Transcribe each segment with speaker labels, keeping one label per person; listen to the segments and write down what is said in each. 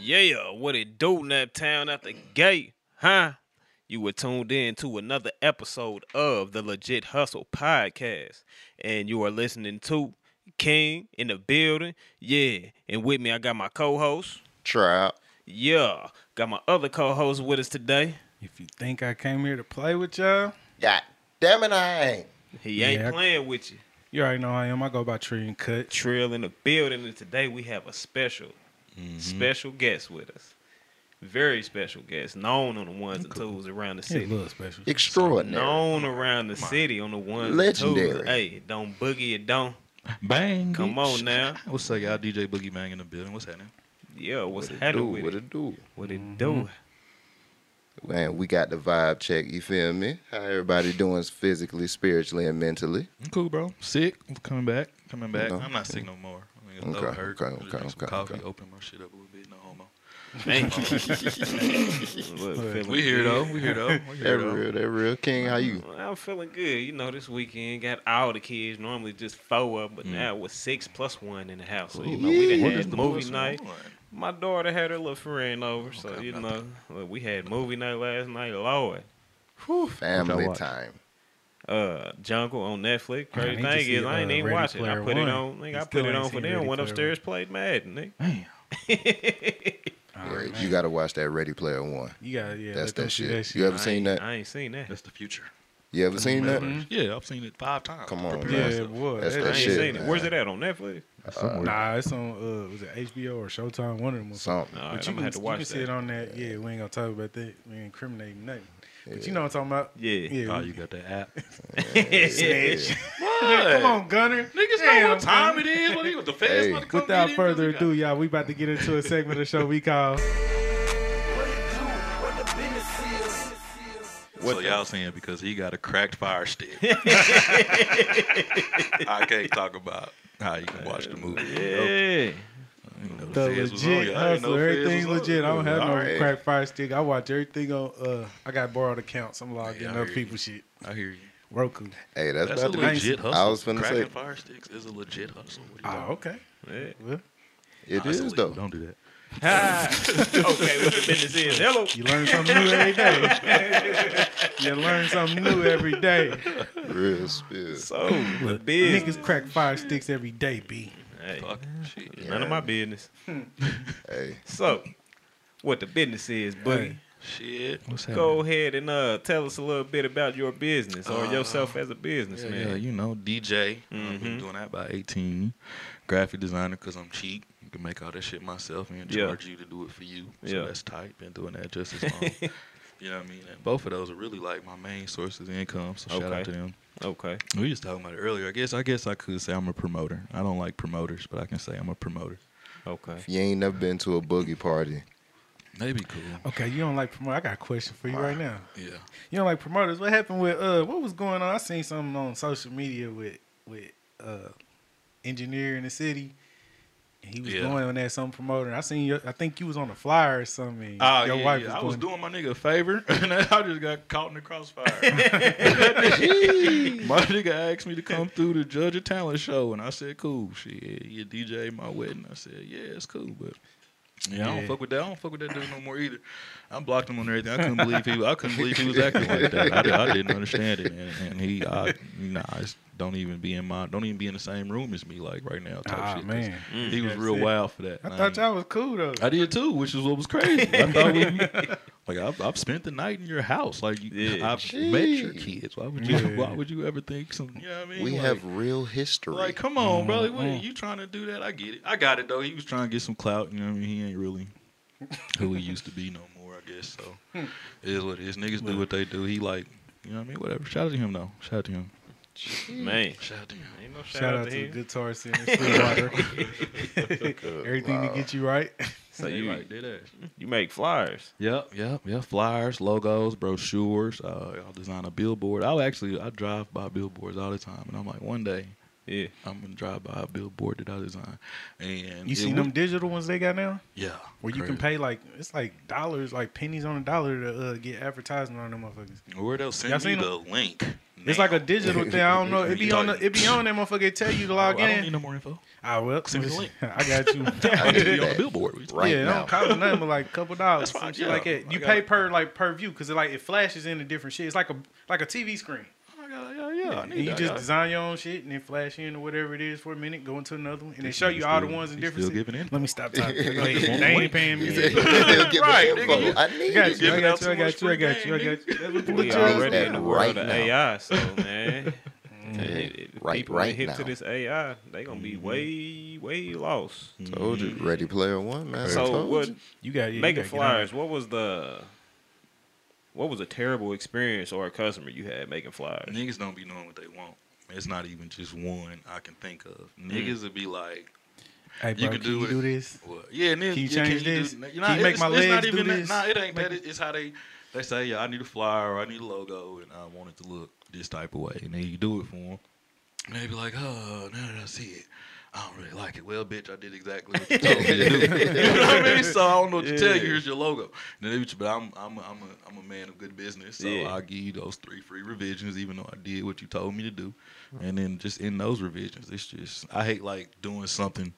Speaker 1: Yeah, what it do in that town at the gate, huh? You were tuned in to another episode of the Legit Hustle Podcast, and you are listening to King in the building. Yeah, and with me, I got my co host.
Speaker 2: Trap.
Speaker 1: Yeah, got my other co host with us today.
Speaker 3: If you think I came here to play with y'all,
Speaker 2: God damn it, I ain't.
Speaker 1: He ain't
Speaker 3: Yeah.
Speaker 1: playing with you.
Speaker 3: you already know how I am. I go by Tree and Cut.
Speaker 1: Trill in the building, and today we have a special, special guest with us. Very special guest, known on the ones and twos around the
Speaker 3: He's
Speaker 1: city.
Speaker 3: a little special.
Speaker 2: Extraordinary.
Speaker 1: known around the city on the ones And twos.
Speaker 2: Legendary.
Speaker 1: Hey, don't boogie it, don't.
Speaker 4: Bang.
Speaker 1: Come
Speaker 4: bitch.
Speaker 1: on now.
Speaker 4: What's up, y'all? DJ Boogie Bang in the building. What's happening?
Speaker 1: Yeah, what's
Speaker 2: What it do?
Speaker 1: happening with
Speaker 2: What
Speaker 1: it?
Speaker 2: it do?
Speaker 1: What it do?
Speaker 2: Man, we got the vibe check. You feel me? How everybody doing physically, spiritually, and mentally?
Speaker 4: I'm cool, bro. Sick. I'm coming back. Coming back.
Speaker 2: Okay.
Speaker 4: I'm not sick no more. I mean, it's
Speaker 2: Okay,
Speaker 4: throat hurt.
Speaker 2: okay,
Speaker 4: Just
Speaker 2: okay,
Speaker 4: drink some
Speaker 2: okay,
Speaker 4: coffee,
Speaker 2: okay.
Speaker 4: open my shit up a little bit. No homo.
Speaker 1: Thank you. Look, feeling
Speaker 4: We here,
Speaker 1: good.
Speaker 4: though. We here, though. We
Speaker 2: That
Speaker 4: here, though.
Speaker 2: real, that real. King, how you?
Speaker 1: Well, I'm feeling good. You know, this weekend got all the kids. Normally just four of 'em, but now with six plus one in the house. So, you know, we done
Speaker 2: Ooh,
Speaker 1: had movie night.
Speaker 4: All right.
Speaker 1: My daughter had her little friend over. so,
Speaker 4: Okay,
Speaker 1: you
Speaker 4: I'm
Speaker 1: know, look, we had movie night last night. Lord. Whew.
Speaker 2: Family
Speaker 1: watch?
Speaker 2: time.
Speaker 1: uh Jungle on Netflix.
Speaker 3: Man, I
Speaker 1: Crazy
Speaker 3: need to
Speaker 1: thing
Speaker 3: see,
Speaker 1: is, I
Speaker 3: uh,
Speaker 1: ain't even
Speaker 3: Ready
Speaker 1: watching. I
Speaker 3: Player
Speaker 1: put it
Speaker 3: One.
Speaker 1: on. Nigga, I
Speaker 3: You
Speaker 1: put
Speaker 3: still
Speaker 1: it
Speaker 3: ain't
Speaker 1: on for
Speaker 3: seen
Speaker 1: them.
Speaker 3: Ready
Speaker 1: Went
Speaker 3: Player
Speaker 1: upstairs, played Madden.
Speaker 4: Damn.
Speaker 1: Nigga.
Speaker 3: All
Speaker 2: Yeah,
Speaker 3: right, man.
Speaker 2: you got to watch that Ready Player One.
Speaker 3: you got, yeah.
Speaker 2: That's
Speaker 3: let them
Speaker 2: that
Speaker 3: see
Speaker 2: shit. You ever
Speaker 1: I
Speaker 2: seen
Speaker 1: ain't-
Speaker 2: that?
Speaker 1: I ain't seen that.
Speaker 4: That's the future.
Speaker 2: You ever seen that?
Speaker 3: Mhm.
Speaker 4: Yeah, I've seen it five times.
Speaker 2: Come on,
Speaker 4: Prepare
Speaker 2: man.
Speaker 3: yeah,
Speaker 4: myself.
Speaker 3: boy.
Speaker 2: That's
Speaker 3: that-
Speaker 1: I ain't
Speaker 2: shit,
Speaker 1: seen it.
Speaker 2: man.
Speaker 1: Where's it at on Netflix?
Speaker 3: Nah, it's on. Uh, was it HBO or Showtime? One of them. was-
Speaker 2: Uh, Something.
Speaker 1: Nah,
Speaker 3: But you
Speaker 1: I'm
Speaker 3: can,
Speaker 1: gonna have to watch
Speaker 3: you can see it
Speaker 1: that.
Speaker 3: on that. Yeah, we ain't gonna talk about that. We ain't incriminating nothing. But
Speaker 2: Yeah.
Speaker 3: you know what I'm talking about.
Speaker 1: Yeah.
Speaker 3: Yeah.
Speaker 4: Oh, you got that app.
Speaker 2: Yeah.
Speaker 3: Come on, Gunner.
Speaker 4: Niggas know
Speaker 3: Damn,
Speaker 4: what time
Speaker 3: Gunner.
Speaker 4: it is. What are you, the feds
Speaker 2: Hey.
Speaker 4: about to come
Speaker 3: Without
Speaker 4: get in?
Speaker 3: further
Speaker 4: We got-
Speaker 3: ado, y'all, we about to get into a segment of the show we call
Speaker 4: so y'all saying because he got a cracked fire stick. I can't talk about how you can watch the movie.
Speaker 1: Yeah.
Speaker 4: You know,
Speaker 3: The
Speaker 4: feds was on
Speaker 3: legit
Speaker 4: you. I didn't know
Speaker 3: hustle,
Speaker 4: feds
Speaker 3: everything
Speaker 4: was on
Speaker 3: legit.
Speaker 4: you.
Speaker 3: I don't have no
Speaker 2: Alright.
Speaker 3: crack fire stick. I watch everything on. Uh, I got borrowed accounts. I'm logged in
Speaker 4: Yeah, I
Speaker 3: other
Speaker 4: hear you.
Speaker 3: people's shit.
Speaker 4: I hear you.
Speaker 3: Roku.
Speaker 2: Hey, that's,
Speaker 4: That's a
Speaker 2: about to be.
Speaker 4: legit hustle.
Speaker 2: I was finna
Speaker 4: Cracking
Speaker 2: say Ah,
Speaker 4: fire sticks is a legit hustle. What do you
Speaker 3: Oh, okay.
Speaker 1: Yeah.
Speaker 3: Well,
Speaker 2: it
Speaker 4: Nah, it's
Speaker 2: is
Speaker 4: illegal.
Speaker 2: though.
Speaker 4: Don't do that.
Speaker 1: okay, what the business is? Hello.
Speaker 3: you learn something new every day. you learn something new every day.
Speaker 2: Real spill.
Speaker 1: So the business.
Speaker 3: Niggas crack fire sticks every day, b.
Speaker 1: Hey,
Speaker 4: Fuck shit.
Speaker 1: none of my business.
Speaker 2: Hey,
Speaker 1: So, what the business is, Boogie?
Speaker 4: Shit. What's
Speaker 1: Go ahead and uh, tell us a little bit about your business or
Speaker 2: Uh-huh.
Speaker 1: yourself as a
Speaker 4: Yeah,
Speaker 1: businessman.
Speaker 4: yeah, you know, DJ. I've
Speaker 1: Mm-hmm.
Speaker 4: been doing that by 18. Graphic designer because I'm cheap. You can make all that shit myself and
Speaker 1: Yeah.
Speaker 4: charge you to do it for you. So
Speaker 1: Yeah.
Speaker 4: that's tight. Been doing that just as long. you know what I mean? And both of those are really like my main sources of income. So shout
Speaker 1: Okay.
Speaker 4: out to them.
Speaker 1: Okay.
Speaker 4: We were just talking about it earlier. I guess I guess I could say I'm a promoter. I don't like promoters, but I can say I'm a promoter.
Speaker 1: Okay.
Speaker 2: you ain't never been to a boogie party.
Speaker 4: Maybe
Speaker 1: Oh.
Speaker 4: cool.
Speaker 3: Okay, you don't like promoters. I got a question for you right now.
Speaker 4: Yeah.
Speaker 3: You don't like promoters. What happened with uh? What was going on? I seen something on social media with with uh, engineer in the city. And he was
Speaker 4: Yeah.
Speaker 3: going on that some promoter. and I seen your. I think you was on a flyer or something. and
Speaker 4: Oh,
Speaker 3: your
Speaker 4: yeah,
Speaker 3: wife
Speaker 4: yeah.
Speaker 3: was
Speaker 4: I
Speaker 3: going.
Speaker 4: was doing my nigga a favor, and I just got caught in the crossfire. my nigga asked me to come through to judge a talent show, and I said, "Cool, shit, you DJ my wedding." I said, "Yeah, it's cool, but." Yeah, I
Speaker 3: Yeah.
Speaker 4: don't fuck with that. I don't fuck with that dude no more either. I blocked him on everything. I couldn't believe he. I couldn't believe he was acting like that. I, di- I didn't understand it, and, and he. I, nah, it's, don't even be in my. Don't even be in the same room as me. Like right now, type
Speaker 3: Ah,
Speaker 4: shit. 'cause
Speaker 3: man.
Speaker 4: he was
Speaker 3: That's
Speaker 4: real
Speaker 3: it.
Speaker 4: wild for that.
Speaker 3: I
Speaker 4: and
Speaker 3: thought
Speaker 4: ain't-
Speaker 3: y'all was cool though.
Speaker 4: I did too, which is what was crazy. I thought we, like I've, I've spent the night in your house. Like you,
Speaker 1: Yeah.
Speaker 4: I've met your
Speaker 2: Jeez.
Speaker 4: kids. Why would you?
Speaker 3: Yeah.
Speaker 4: Why would you ever think some? You know what I mean?
Speaker 2: We
Speaker 4: like,
Speaker 2: have real history.
Speaker 4: Like, come on, bro. Like, what you trying to do that? I get it. I got it though. He was trying to get some clout. You know what I mean? He ain't really who he used to be no more. I guess so. it is what it is. Niggas do what they do. He like, you know what I mean? Whatever. Shout out to him though. Shout out to him.
Speaker 1: Man.
Speaker 4: Shout out to him.
Speaker 1: Ain't no shout,
Speaker 3: Shout, out, to the
Speaker 1: him.
Speaker 3: Guitar Center, Stillwater. Everything
Speaker 2: Wow.
Speaker 3: to get you right.
Speaker 1: So
Speaker 4: They
Speaker 1: you
Speaker 4: like did that.
Speaker 1: you make flyers.
Speaker 4: Yep, yep, yep. Flyers, logos, brochures. Uh, I'll design a billboard. I'll actually I drive by billboards all the time, and I'm like, one day
Speaker 1: Yeah.
Speaker 4: I'm gonna drive by a billboard that I design. And
Speaker 3: You
Speaker 4: it
Speaker 3: seen
Speaker 4: would-
Speaker 3: them digital ones they got now,
Speaker 4: Yeah,
Speaker 3: where you can
Speaker 4: crazy.
Speaker 3: pay like it's like dollars, like pennies on a dollar to uh, get advertisement on them motherfuckers.
Speaker 4: Or they'll send
Speaker 3: Y'all seen
Speaker 4: me the link.
Speaker 3: It's like a digital thing. I don't know. It be on the, it be on that motherfucker. It tell you to log
Speaker 4: I don't
Speaker 3: in.
Speaker 4: need no more info.
Speaker 3: I will.
Speaker 4: Send me the link.
Speaker 3: Ah, I got you.
Speaker 4: I need to be on the
Speaker 2: that.
Speaker 4: billboard. What you talking
Speaker 2: Right
Speaker 3: yeah, it
Speaker 2: now.
Speaker 3: don't cost nothing but like a couple dollars,
Speaker 4: That's
Speaker 3: some
Speaker 4: fine,
Speaker 3: shit
Speaker 4: yeah.
Speaker 3: like that. You pay
Speaker 4: I got it.
Speaker 3: per like per view because it like it flashes into different shit. It's like a like a TV screen.
Speaker 4: about? Oh my God, Yeah, yeah. I
Speaker 3: And
Speaker 4: need
Speaker 3: you
Speaker 4: that.
Speaker 3: just design your own shit and then flash in or whatever it is for a minute, go into another one, and they show you all the ones and
Speaker 4: He's still
Speaker 3: differences.
Speaker 4: giving in.
Speaker 3: Let me stop talking. they
Speaker 4: Wait.
Speaker 3: ain't paying me.
Speaker 2: He'll give
Speaker 4: Right,
Speaker 2: me info.
Speaker 4: nigga,
Speaker 2: I need
Speaker 3: I got
Speaker 2: it.
Speaker 3: you. I
Speaker 4: giving
Speaker 3: got
Speaker 4: out too
Speaker 3: you. I
Speaker 4: much
Speaker 3: got you. I
Speaker 4: free
Speaker 3: got you. I
Speaker 4: game,
Speaker 3: got you. That's what
Speaker 1: We
Speaker 3: the
Speaker 1: already
Speaker 2: at
Speaker 1: in the world
Speaker 2: right
Speaker 1: of
Speaker 2: now.
Speaker 1: AI, so man. If- if
Speaker 2: right-
Speaker 1: people
Speaker 2: right
Speaker 1: ain't hip to
Speaker 2: now.
Speaker 1: this AI, they gonna be way,
Speaker 3: Mm-hmm.
Speaker 1: way lost.
Speaker 2: Told you, Ready Player One, man. I
Speaker 1: So
Speaker 2: told
Speaker 1: what?
Speaker 2: you.
Speaker 3: You got yeah,
Speaker 1: Mega
Speaker 3: you gotta get on it.
Speaker 1: flyers. What was the? What was a terrible experience or a customer you had making flyers?
Speaker 4: Niggas don't be knowing what they want. It's not even just one I can think of.
Speaker 3: Mm.
Speaker 4: Niggas would be like,
Speaker 3: Hey, bro,
Speaker 4: You can do
Speaker 3: you
Speaker 4: it.
Speaker 3: do this.
Speaker 4: Well, yeah, niggas,
Speaker 3: Can you
Speaker 4: yeah,
Speaker 3: change
Speaker 4: do-
Speaker 3: this?
Speaker 4: nah,
Speaker 3: Can you make
Speaker 4: it's,
Speaker 3: my
Speaker 4: it's not
Speaker 3: legs do
Speaker 4: even
Speaker 3: this?
Speaker 4: That, nah, it ain't that. It- It's how they they say, yeah, I need a flyer, or I need a logo, and I want it to look this type of way, and then you do it for them. And they be like, oh, now that I see it, I don't really like it. Well, bitch, I did exactly what you told me to do. you know what I mean? So I don't know what to tell you. Here's your logo. And then they be, but I'm I'm a, I'm a, I'm a man of good business, so
Speaker 1: Yeah.
Speaker 4: I'll give you those three free revisions, even though I did what you told me to do. And then just in those revisions, it's just I hate like doing something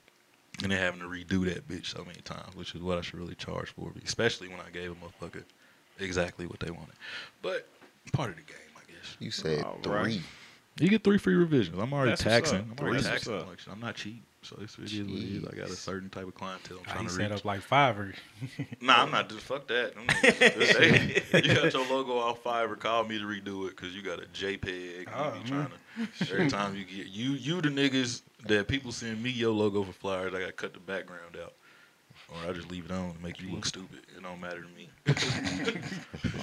Speaker 4: and then having to redo that bitch so many times, which is what I should really charge for, especially when I gave a motherfucker exactly what they wanted. But part of the game, I guess.
Speaker 2: You said
Speaker 1: All
Speaker 2: three.
Speaker 1: right.
Speaker 4: You get three free revisions. I'm already
Speaker 1: That's what's
Speaker 4: taxing.
Speaker 1: up.
Speaker 4: I'm already
Speaker 1: That's what's
Speaker 4: taxing.
Speaker 1: up.
Speaker 4: Like, shit, I'm not cheap, so it's, it is what it is. I got a certain type of clientele
Speaker 3: Oh,
Speaker 1: Ah,
Speaker 4: I'm
Speaker 3: he
Speaker 4: trying
Speaker 3: set
Speaker 4: to reach.
Speaker 3: up like Fiverr.
Speaker 4: Nah, I'm not. Just fuck that. I'm not- you got your logo off Fiverr. Call me to redo it because you got a JPEG.
Speaker 3: Oh,
Speaker 4: you be trying
Speaker 3: man.
Speaker 4: to, every time you get you you the niggas that people send me your logo for flyers. I got to cut the background out, or I just leave it on and make you
Speaker 3: Mm-hmm.
Speaker 4: look stupid. It don't matter to me.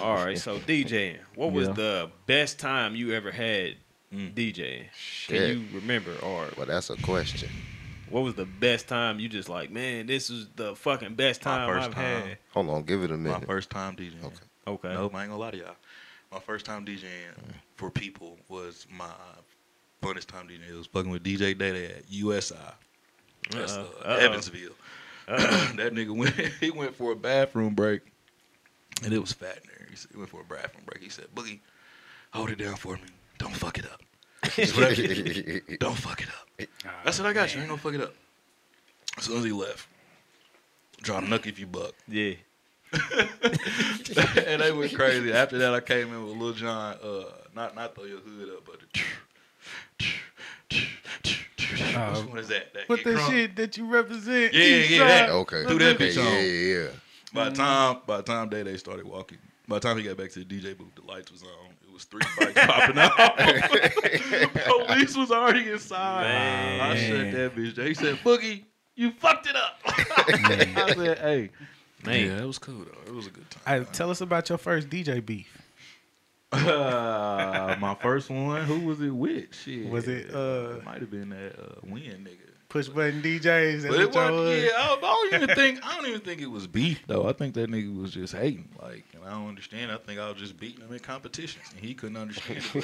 Speaker 1: All right, so DJing. What was
Speaker 4: Yeah.
Speaker 1: the best time you ever had
Speaker 4: Mm.
Speaker 1: DJing? Can
Speaker 2: Shit.
Speaker 1: you remember, or
Speaker 2: Well, that's a question.
Speaker 1: what was the best time you just like, man, this was the fucking best
Speaker 4: My
Speaker 1: time
Speaker 4: first
Speaker 1: I've
Speaker 4: time.
Speaker 1: had?
Speaker 2: Hold on, give it a
Speaker 4: My
Speaker 2: minute.
Speaker 4: first time DJing.
Speaker 2: Okay.
Speaker 1: Okay,
Speaker 4: No, I ain't gonna lie to y'all. My first time DJing for people was my funnest time DJing. It was fucking with DJ Day at USI. That's uh,
Speaker 1: Uh-oh. Uh-oh.
Speaker 4: Evansville. that nigga went. He went for a bathroom break, and it was fat in there. He, said, he went for a bathroom break. He said, "Boogie, hold it down for me. Don't fuck it up. That's what I get. Don't fuck it up. That's what I got. You ain't gonna fuck it up." As soon as he left, drop nuck if you buck.
Speaker 1: yeah,
Speaker 4: and they went crazy. After that, I came in with Lil John. Uh, not not throw your hood up, but the
Speaker 3: Oh.
Speaker 4: which one is that? Uh, that
Speaker 3: What
Speaker 4: Get
Speaker 3: the
Speaker 4: Crunk?
Speaker 3: shit that you represent?
Speaker 4: Yeah, yeah,
Speaker 3: Eastside.
Speaker 4: that.
Speaker 2: Okay.
Speaker 4: Do that
Speaker 2: okay,
Speaker 4: bitch on.
Speaker 2: Yeah, yeah.
Speaker 4: By the time by the time Day Day started walking, by the time he got back to the DJ booth, the lights was on. It was three bikes popping out. Police was already inside. I shut
Speaker 3: Man.
Speaker 4: that bitch. down. He said, "Boogie, you fucked it up." I said, "Hey."
Speaker 1: man,
Speaker 4: it was cool though. It was a good time.
Speaker 3: Hey, tell us about your first DJ beef.
Speaker 4: Uh, my first one. Who was it with? Shit.
Speaker 3: Was it, uh,
Speaker 4: might have been that uh, Win nigga.
Speaker 3: Push button DJs. That's
Speaker 4: But it
Speaker 3: what y'all was.
Speaker 4: wasn't. Yeah, I, I don't even think. I don't even think it was beef though. I think that nigga was just hating. Like, and I don't understand. I think I was just beating him in competitions, and he couldn't understand. It.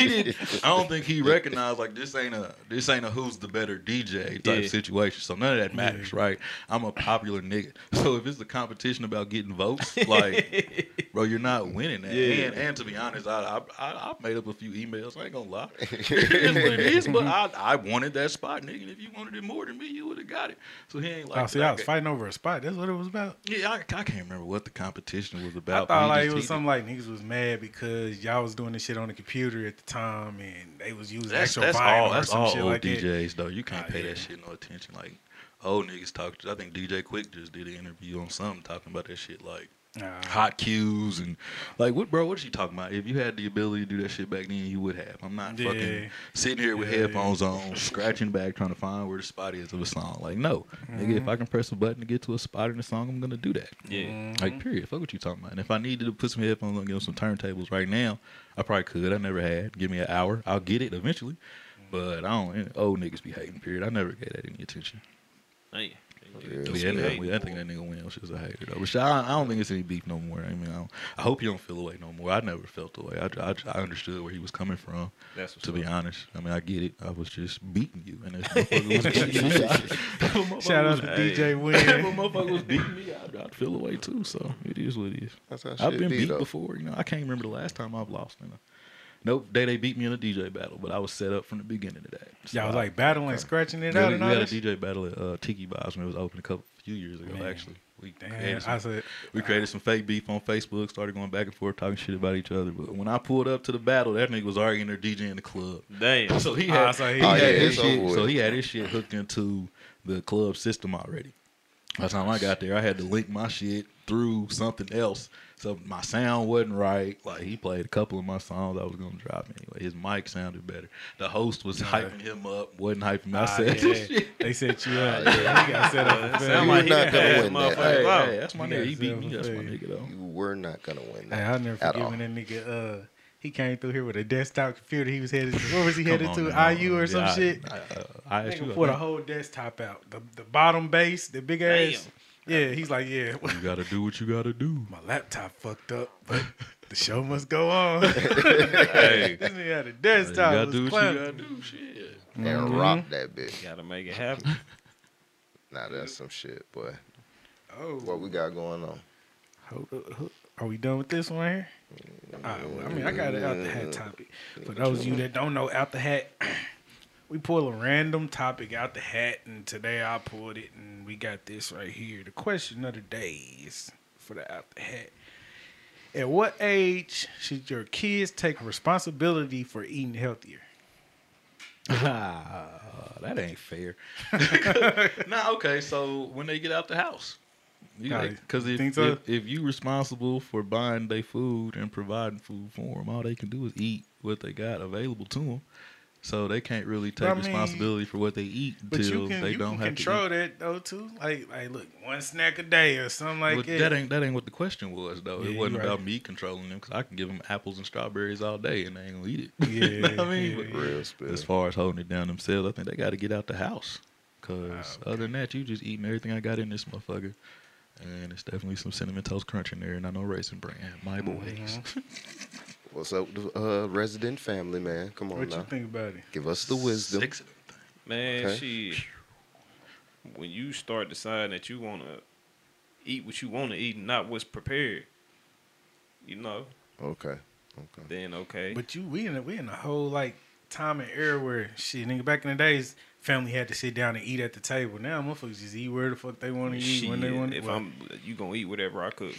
Speaker 4: he didn't. I don't think he recognized like this ain't a this ain't a who's the better DJ type
Speaker 1: Yeah.
Speaker 4: situation. So none of that matters, right? I'm a popular nigga. So if it's a competition about getting votes, like, bro, you're not winning that.
Speaker 1: Yeah.
Speaker 4: And and to be honest, I I, I I made up a few emails. I ain't gonna lie. it is what it is. But I I wanted that spot, nigga. And if you wanted it more than me, you would have got it. So he ain't like.
Speaker 3: oh, see,
Speaker 4: that.
Speaker 3: I was fighting over a spot. That's what it was about.
Speaker 4: Yeah, I, I can't remember what the competition was
Speaker 3: I
Speaker 4: about. but
Speaker 3: thought
Speaker 4: he
Speaker 3: like it
Speaker 4: just-
Speaker 3: was
Speaker 4: he-
Speaker 3: something like niggas was mad because y'all was doing this shit on the computer at the time and they was using
Speaker 4: That's,
Speaker 3: actual
Speaker 4: that's
Speaker 3: vinyl
Speaker 4: all.
Speaker 3: or
Speaker 4: That's
Speaker 3: some
Speaker 4: all
Speaker 3: shit
Speaker 4: old
Speaker 3: like that.
Speaker 4: DJs though. You can't
Speaker 3: Ah,
Speaker 4: pay
Speaker 3: yeah.
Speaker 4: that shit no attention. Like old niggas talk. I think DJ Quick just did an interview on something talking about that shit. Like
Speaker 3: Nah.
Speaker 4: hot cues and like what, bro? What you talking about? If you had the ability to do that shit back then, you would have. I'm not
Speaker 3: Yeah.
Speaker 4: fucking sitting here with
Speaker 3: Yeah, yeah.
Speaker 4: headphones on, scratching back, trying to find where the spot is of a song. Like no, nigga.
Speaker 3: Mm-hmm.
Speaker 4: If I can press a button to get to a spot in the song, I'm gonna do that.
Speaker 1: yeah.
Speaker 4: Like, period. Fuck what you talking about. And if I needed to put some headphones on, get on some turntables right now, I probably could. I never had. Give me an hour. I'll get it eventually. But I don't. and Old niggas be hating. Period. I never gave that any attention.
Speaker 1: Man.
Speaker 4: Yeah,
Speaker 1: Just
Speaker 4: that
Speaker 1: be
Speaker 4: nigga-
Speaker 1: hating,
Speaker 4: I think
Speaker 1: boy.
Speaker 4: that nigga Williams is a hater though. But I, I don't think it's any beef no more. I mean, I, don't, I hope you don't feel the way no more. I never felt the way. I, I, I understood where he was coming from.
Speaker 1: That's what's
Speaker 4: To be
Speaker 1: up.
Speaker 4: honest, I mean, I get it. I was just beating you, and if motherfucker was beating you, I-
Speaker 3: Shout out to
Speaker 1: Hey.
Speaker 3: DJ
Speaker 4: if a
Speaker 3: Win.
Speaker 4: motherfucker was beating me, I'd, I'd feel away too. So it is what it is.
Speaker 2: That's how shit
Speaker 4: I've been
Speaker 2: be,
Speaker 4: beat
Speaker 2: though.
Speaker 4: before. You know, I can't remember the last time I've lost in a Nope, they they beat me in a DJ battle, but I was set up from the beginning of that. So
Speaker 3: Y'all was
Speaker 4: I-
Speaker 3: like battling, scratching it
Speaker 4: we
Speaker 3: out,
Speaker 4: had, a-
Speaker 3: and
Speaker 4: we
Speaker 3: all
Speaker 4: had a
Speaker 3: this.
Speaker 4: DJ battle at uh, Tiki Vibes when it was open a couple few years ago.
Speaker 3: Man.
Speaker 4: Actually, we
Speaker 3: Damn,
Speaker 4: created some
Speaker 3: I said,
Speaker 4: we created some fake beef on Facebook, started going back and forth talking shit about each other. But when I pulled up to the battle, that nigga was already in there DJing the club.
Speaker 1: Damn.
Speaker 4: So he
Speaker 3: Ah,
Speaker 4: had,
Speaker 3: so he-
Speaker 4: he
Speaker 3: Oh,
Speaker 4: had
Speaker 3: yeah,
Speaker 4: his
Speaker 2: it's over
Speaker 4: shit.
Speaker 2: with.
Speaker 4: So he had his shit hooked into the club system already. By the time I got there, I had to link my shit through something else. So my sound wasn't right. Like he played a couple of my songs I was gonna drop anyway. His mic sounded better. The host was hyping him up, wasn't hyping me. I
Speaker 3: Ah,
Speaker 4: said,
Speaker 3: yeah.
Speaker 4: this shit.
Speaker 3: They set you up. You got set up. for failure.
Speaker 1: Sound like he
Speaker 2: not
Speaker 1: done
Speaker 2: gonna
Speaker 1: had
Speaker 2: win
Speaker 1: motherfuckers
Speaker 2: that.
Speaker 4: Hey,
Speaker 1: out.
Speaker 4: hey, that's my
Speaker 3: You
Speaker 4: nigga.
Speaker 3: got
Speaker 4: He beat me.
Speaker 3: yourself
Speaker 4: That's
Speaker 3: a
Speaker 4: my
Speaker 3: fake.
Speaker 4: nigga though.
Speaker 2: You were not gonna win
Speaker 3: Hey,
Speaker 2: that.
Speaker 3: I'll never
Speaker 2: at
Speaker 3: forget
Speaker 2: all.
Speaker 3: when that nigga uh he came through here with a desktop computer. He was headed to where was he
Speaker 4: Come
Speaker 3: headed
Speaker 4: on
Speaker 3: to?
Speaker 4: now.
Speaker 3: IU or some
Speaker 4: Yeah, I-
Speaker 3: shit.
Speaker 4: I, I, I asked you.
Speaker 3: Nigga
Speaker 4: I
Speaker 3: put a
Speaker 4: think
Speaker 3: whole desktop out. The the bottom base, the big
Speaker 1: Damn.
Speaker 3: ass. Yeah, he's like, yeah,
Speaker 4: You gotta do what you gotta do.
Speaker 3: my laptop fucked up, but the show must go on. this
Speaker 1: Hey,
Speaker 3: nigga had a
Speaker 4: You
Speaker 3: desktop.
Speaker 4: gotta
Speaker 3: was
Speaker 4: do what
Speaker 3: clapping.
Speaker 4: you gotta do. Shit.
Speaker 2: And
Speaker 3: Mm-hmm.
Speaker 2: rock that bitch.
Speaker 1: gotta make it happen.
Speaker 2: Nah, that's some shit, boy.
Speaker 3: Oh,
Speaker 2: What we got going on?
Speaker 3: Hold up, hold- Are we done with this one here? All right, well, I mean, I got an out the hat topic. For those of you that don't know, out the hat, we pull a random topic out the hat, and today I pulled it, and we got this right here. The question of the day is for the out the hat. At what age should your kids take responsibility for eating healthier?
Speaker 4: that ain't fair. nah, okay. So when they get out the house,
Speaker 3: Nah,
Speaker 4: because
Speaker 3: you
Speaker 4: if,
Speaker 3: think so?
Speaker 4: if if you responsible for buying their food and providing food for them, all they can do is eat what they got available to them. So they can't really take
Speaker 3: I mean,
Speaker 4: responsibility for what they eat
Speaker 3: But
Speaker 4: until
Speaker 3: you can,
Speaker 4: they
Speaker 3: you
Speaker 4: don't
Speaker 3: can
Speaker 4: have
Speaker 3: control
Speaker 4: to.
Speaker 3: that though too. Like, like, look, one snack a day or something like
Speaker 4: Eat. But
Speaker 3: that.
Speaker 4: that ain't that ain't what the question was though.
Speaker 3: Yeah,
Speaker 4: it
Speaker 3: you
Speaker 4: wasn't
Speaker 3: right.
Speaker 4: about me controlling them because I can give them apples and strawberries all day and they ain't gonna eat it.
Speaker 3: Yeah,
Speaker 4: you know what I mean,
Speaker 3: yeah,
Speaker 4: But-
Speaker 2: Real spill.
Speaker 4: As far as holding it down themselves, I think they got to get out the house. Cause
Speaker 3: Ah,
Speaker 4: other than that, you just eating everything I got in this motherfucker, and it's definitely some cinnamon toast crunch in there, and I know raisin bran, my
Speaker 3: Mm-hmm.
Speaker 4: boys.
Speaker 2: What's up, with the, uh, resident family, man? Come on
Speaker 3: what you
Speaker 2: now.
Speaker 3: think about it?
Speaker 2: Give us the wisdom.
Speaker 4: Six of them things.
Speaker 1: Man,
Speaker 2: Okay.
Speaker 1: shit. When you start deciding that you want to eat what you want to eat and not what's prepared, you know,
Speaker 2: Okay. Okay.
Speaker 1: then okay.
Speaker 3: But you, we in a, we in a whole like time and era where shit, nigga. Back in the days, family had to sit down and eat at the table. Now motherfuckers just eat where the fuck they want to eat when they
Speaker 1: Shit,
Speaker 3: want.
Speaker 1: if
Speaker 3: to
Speaker 1: I'm, you gonna eat whatever I cook.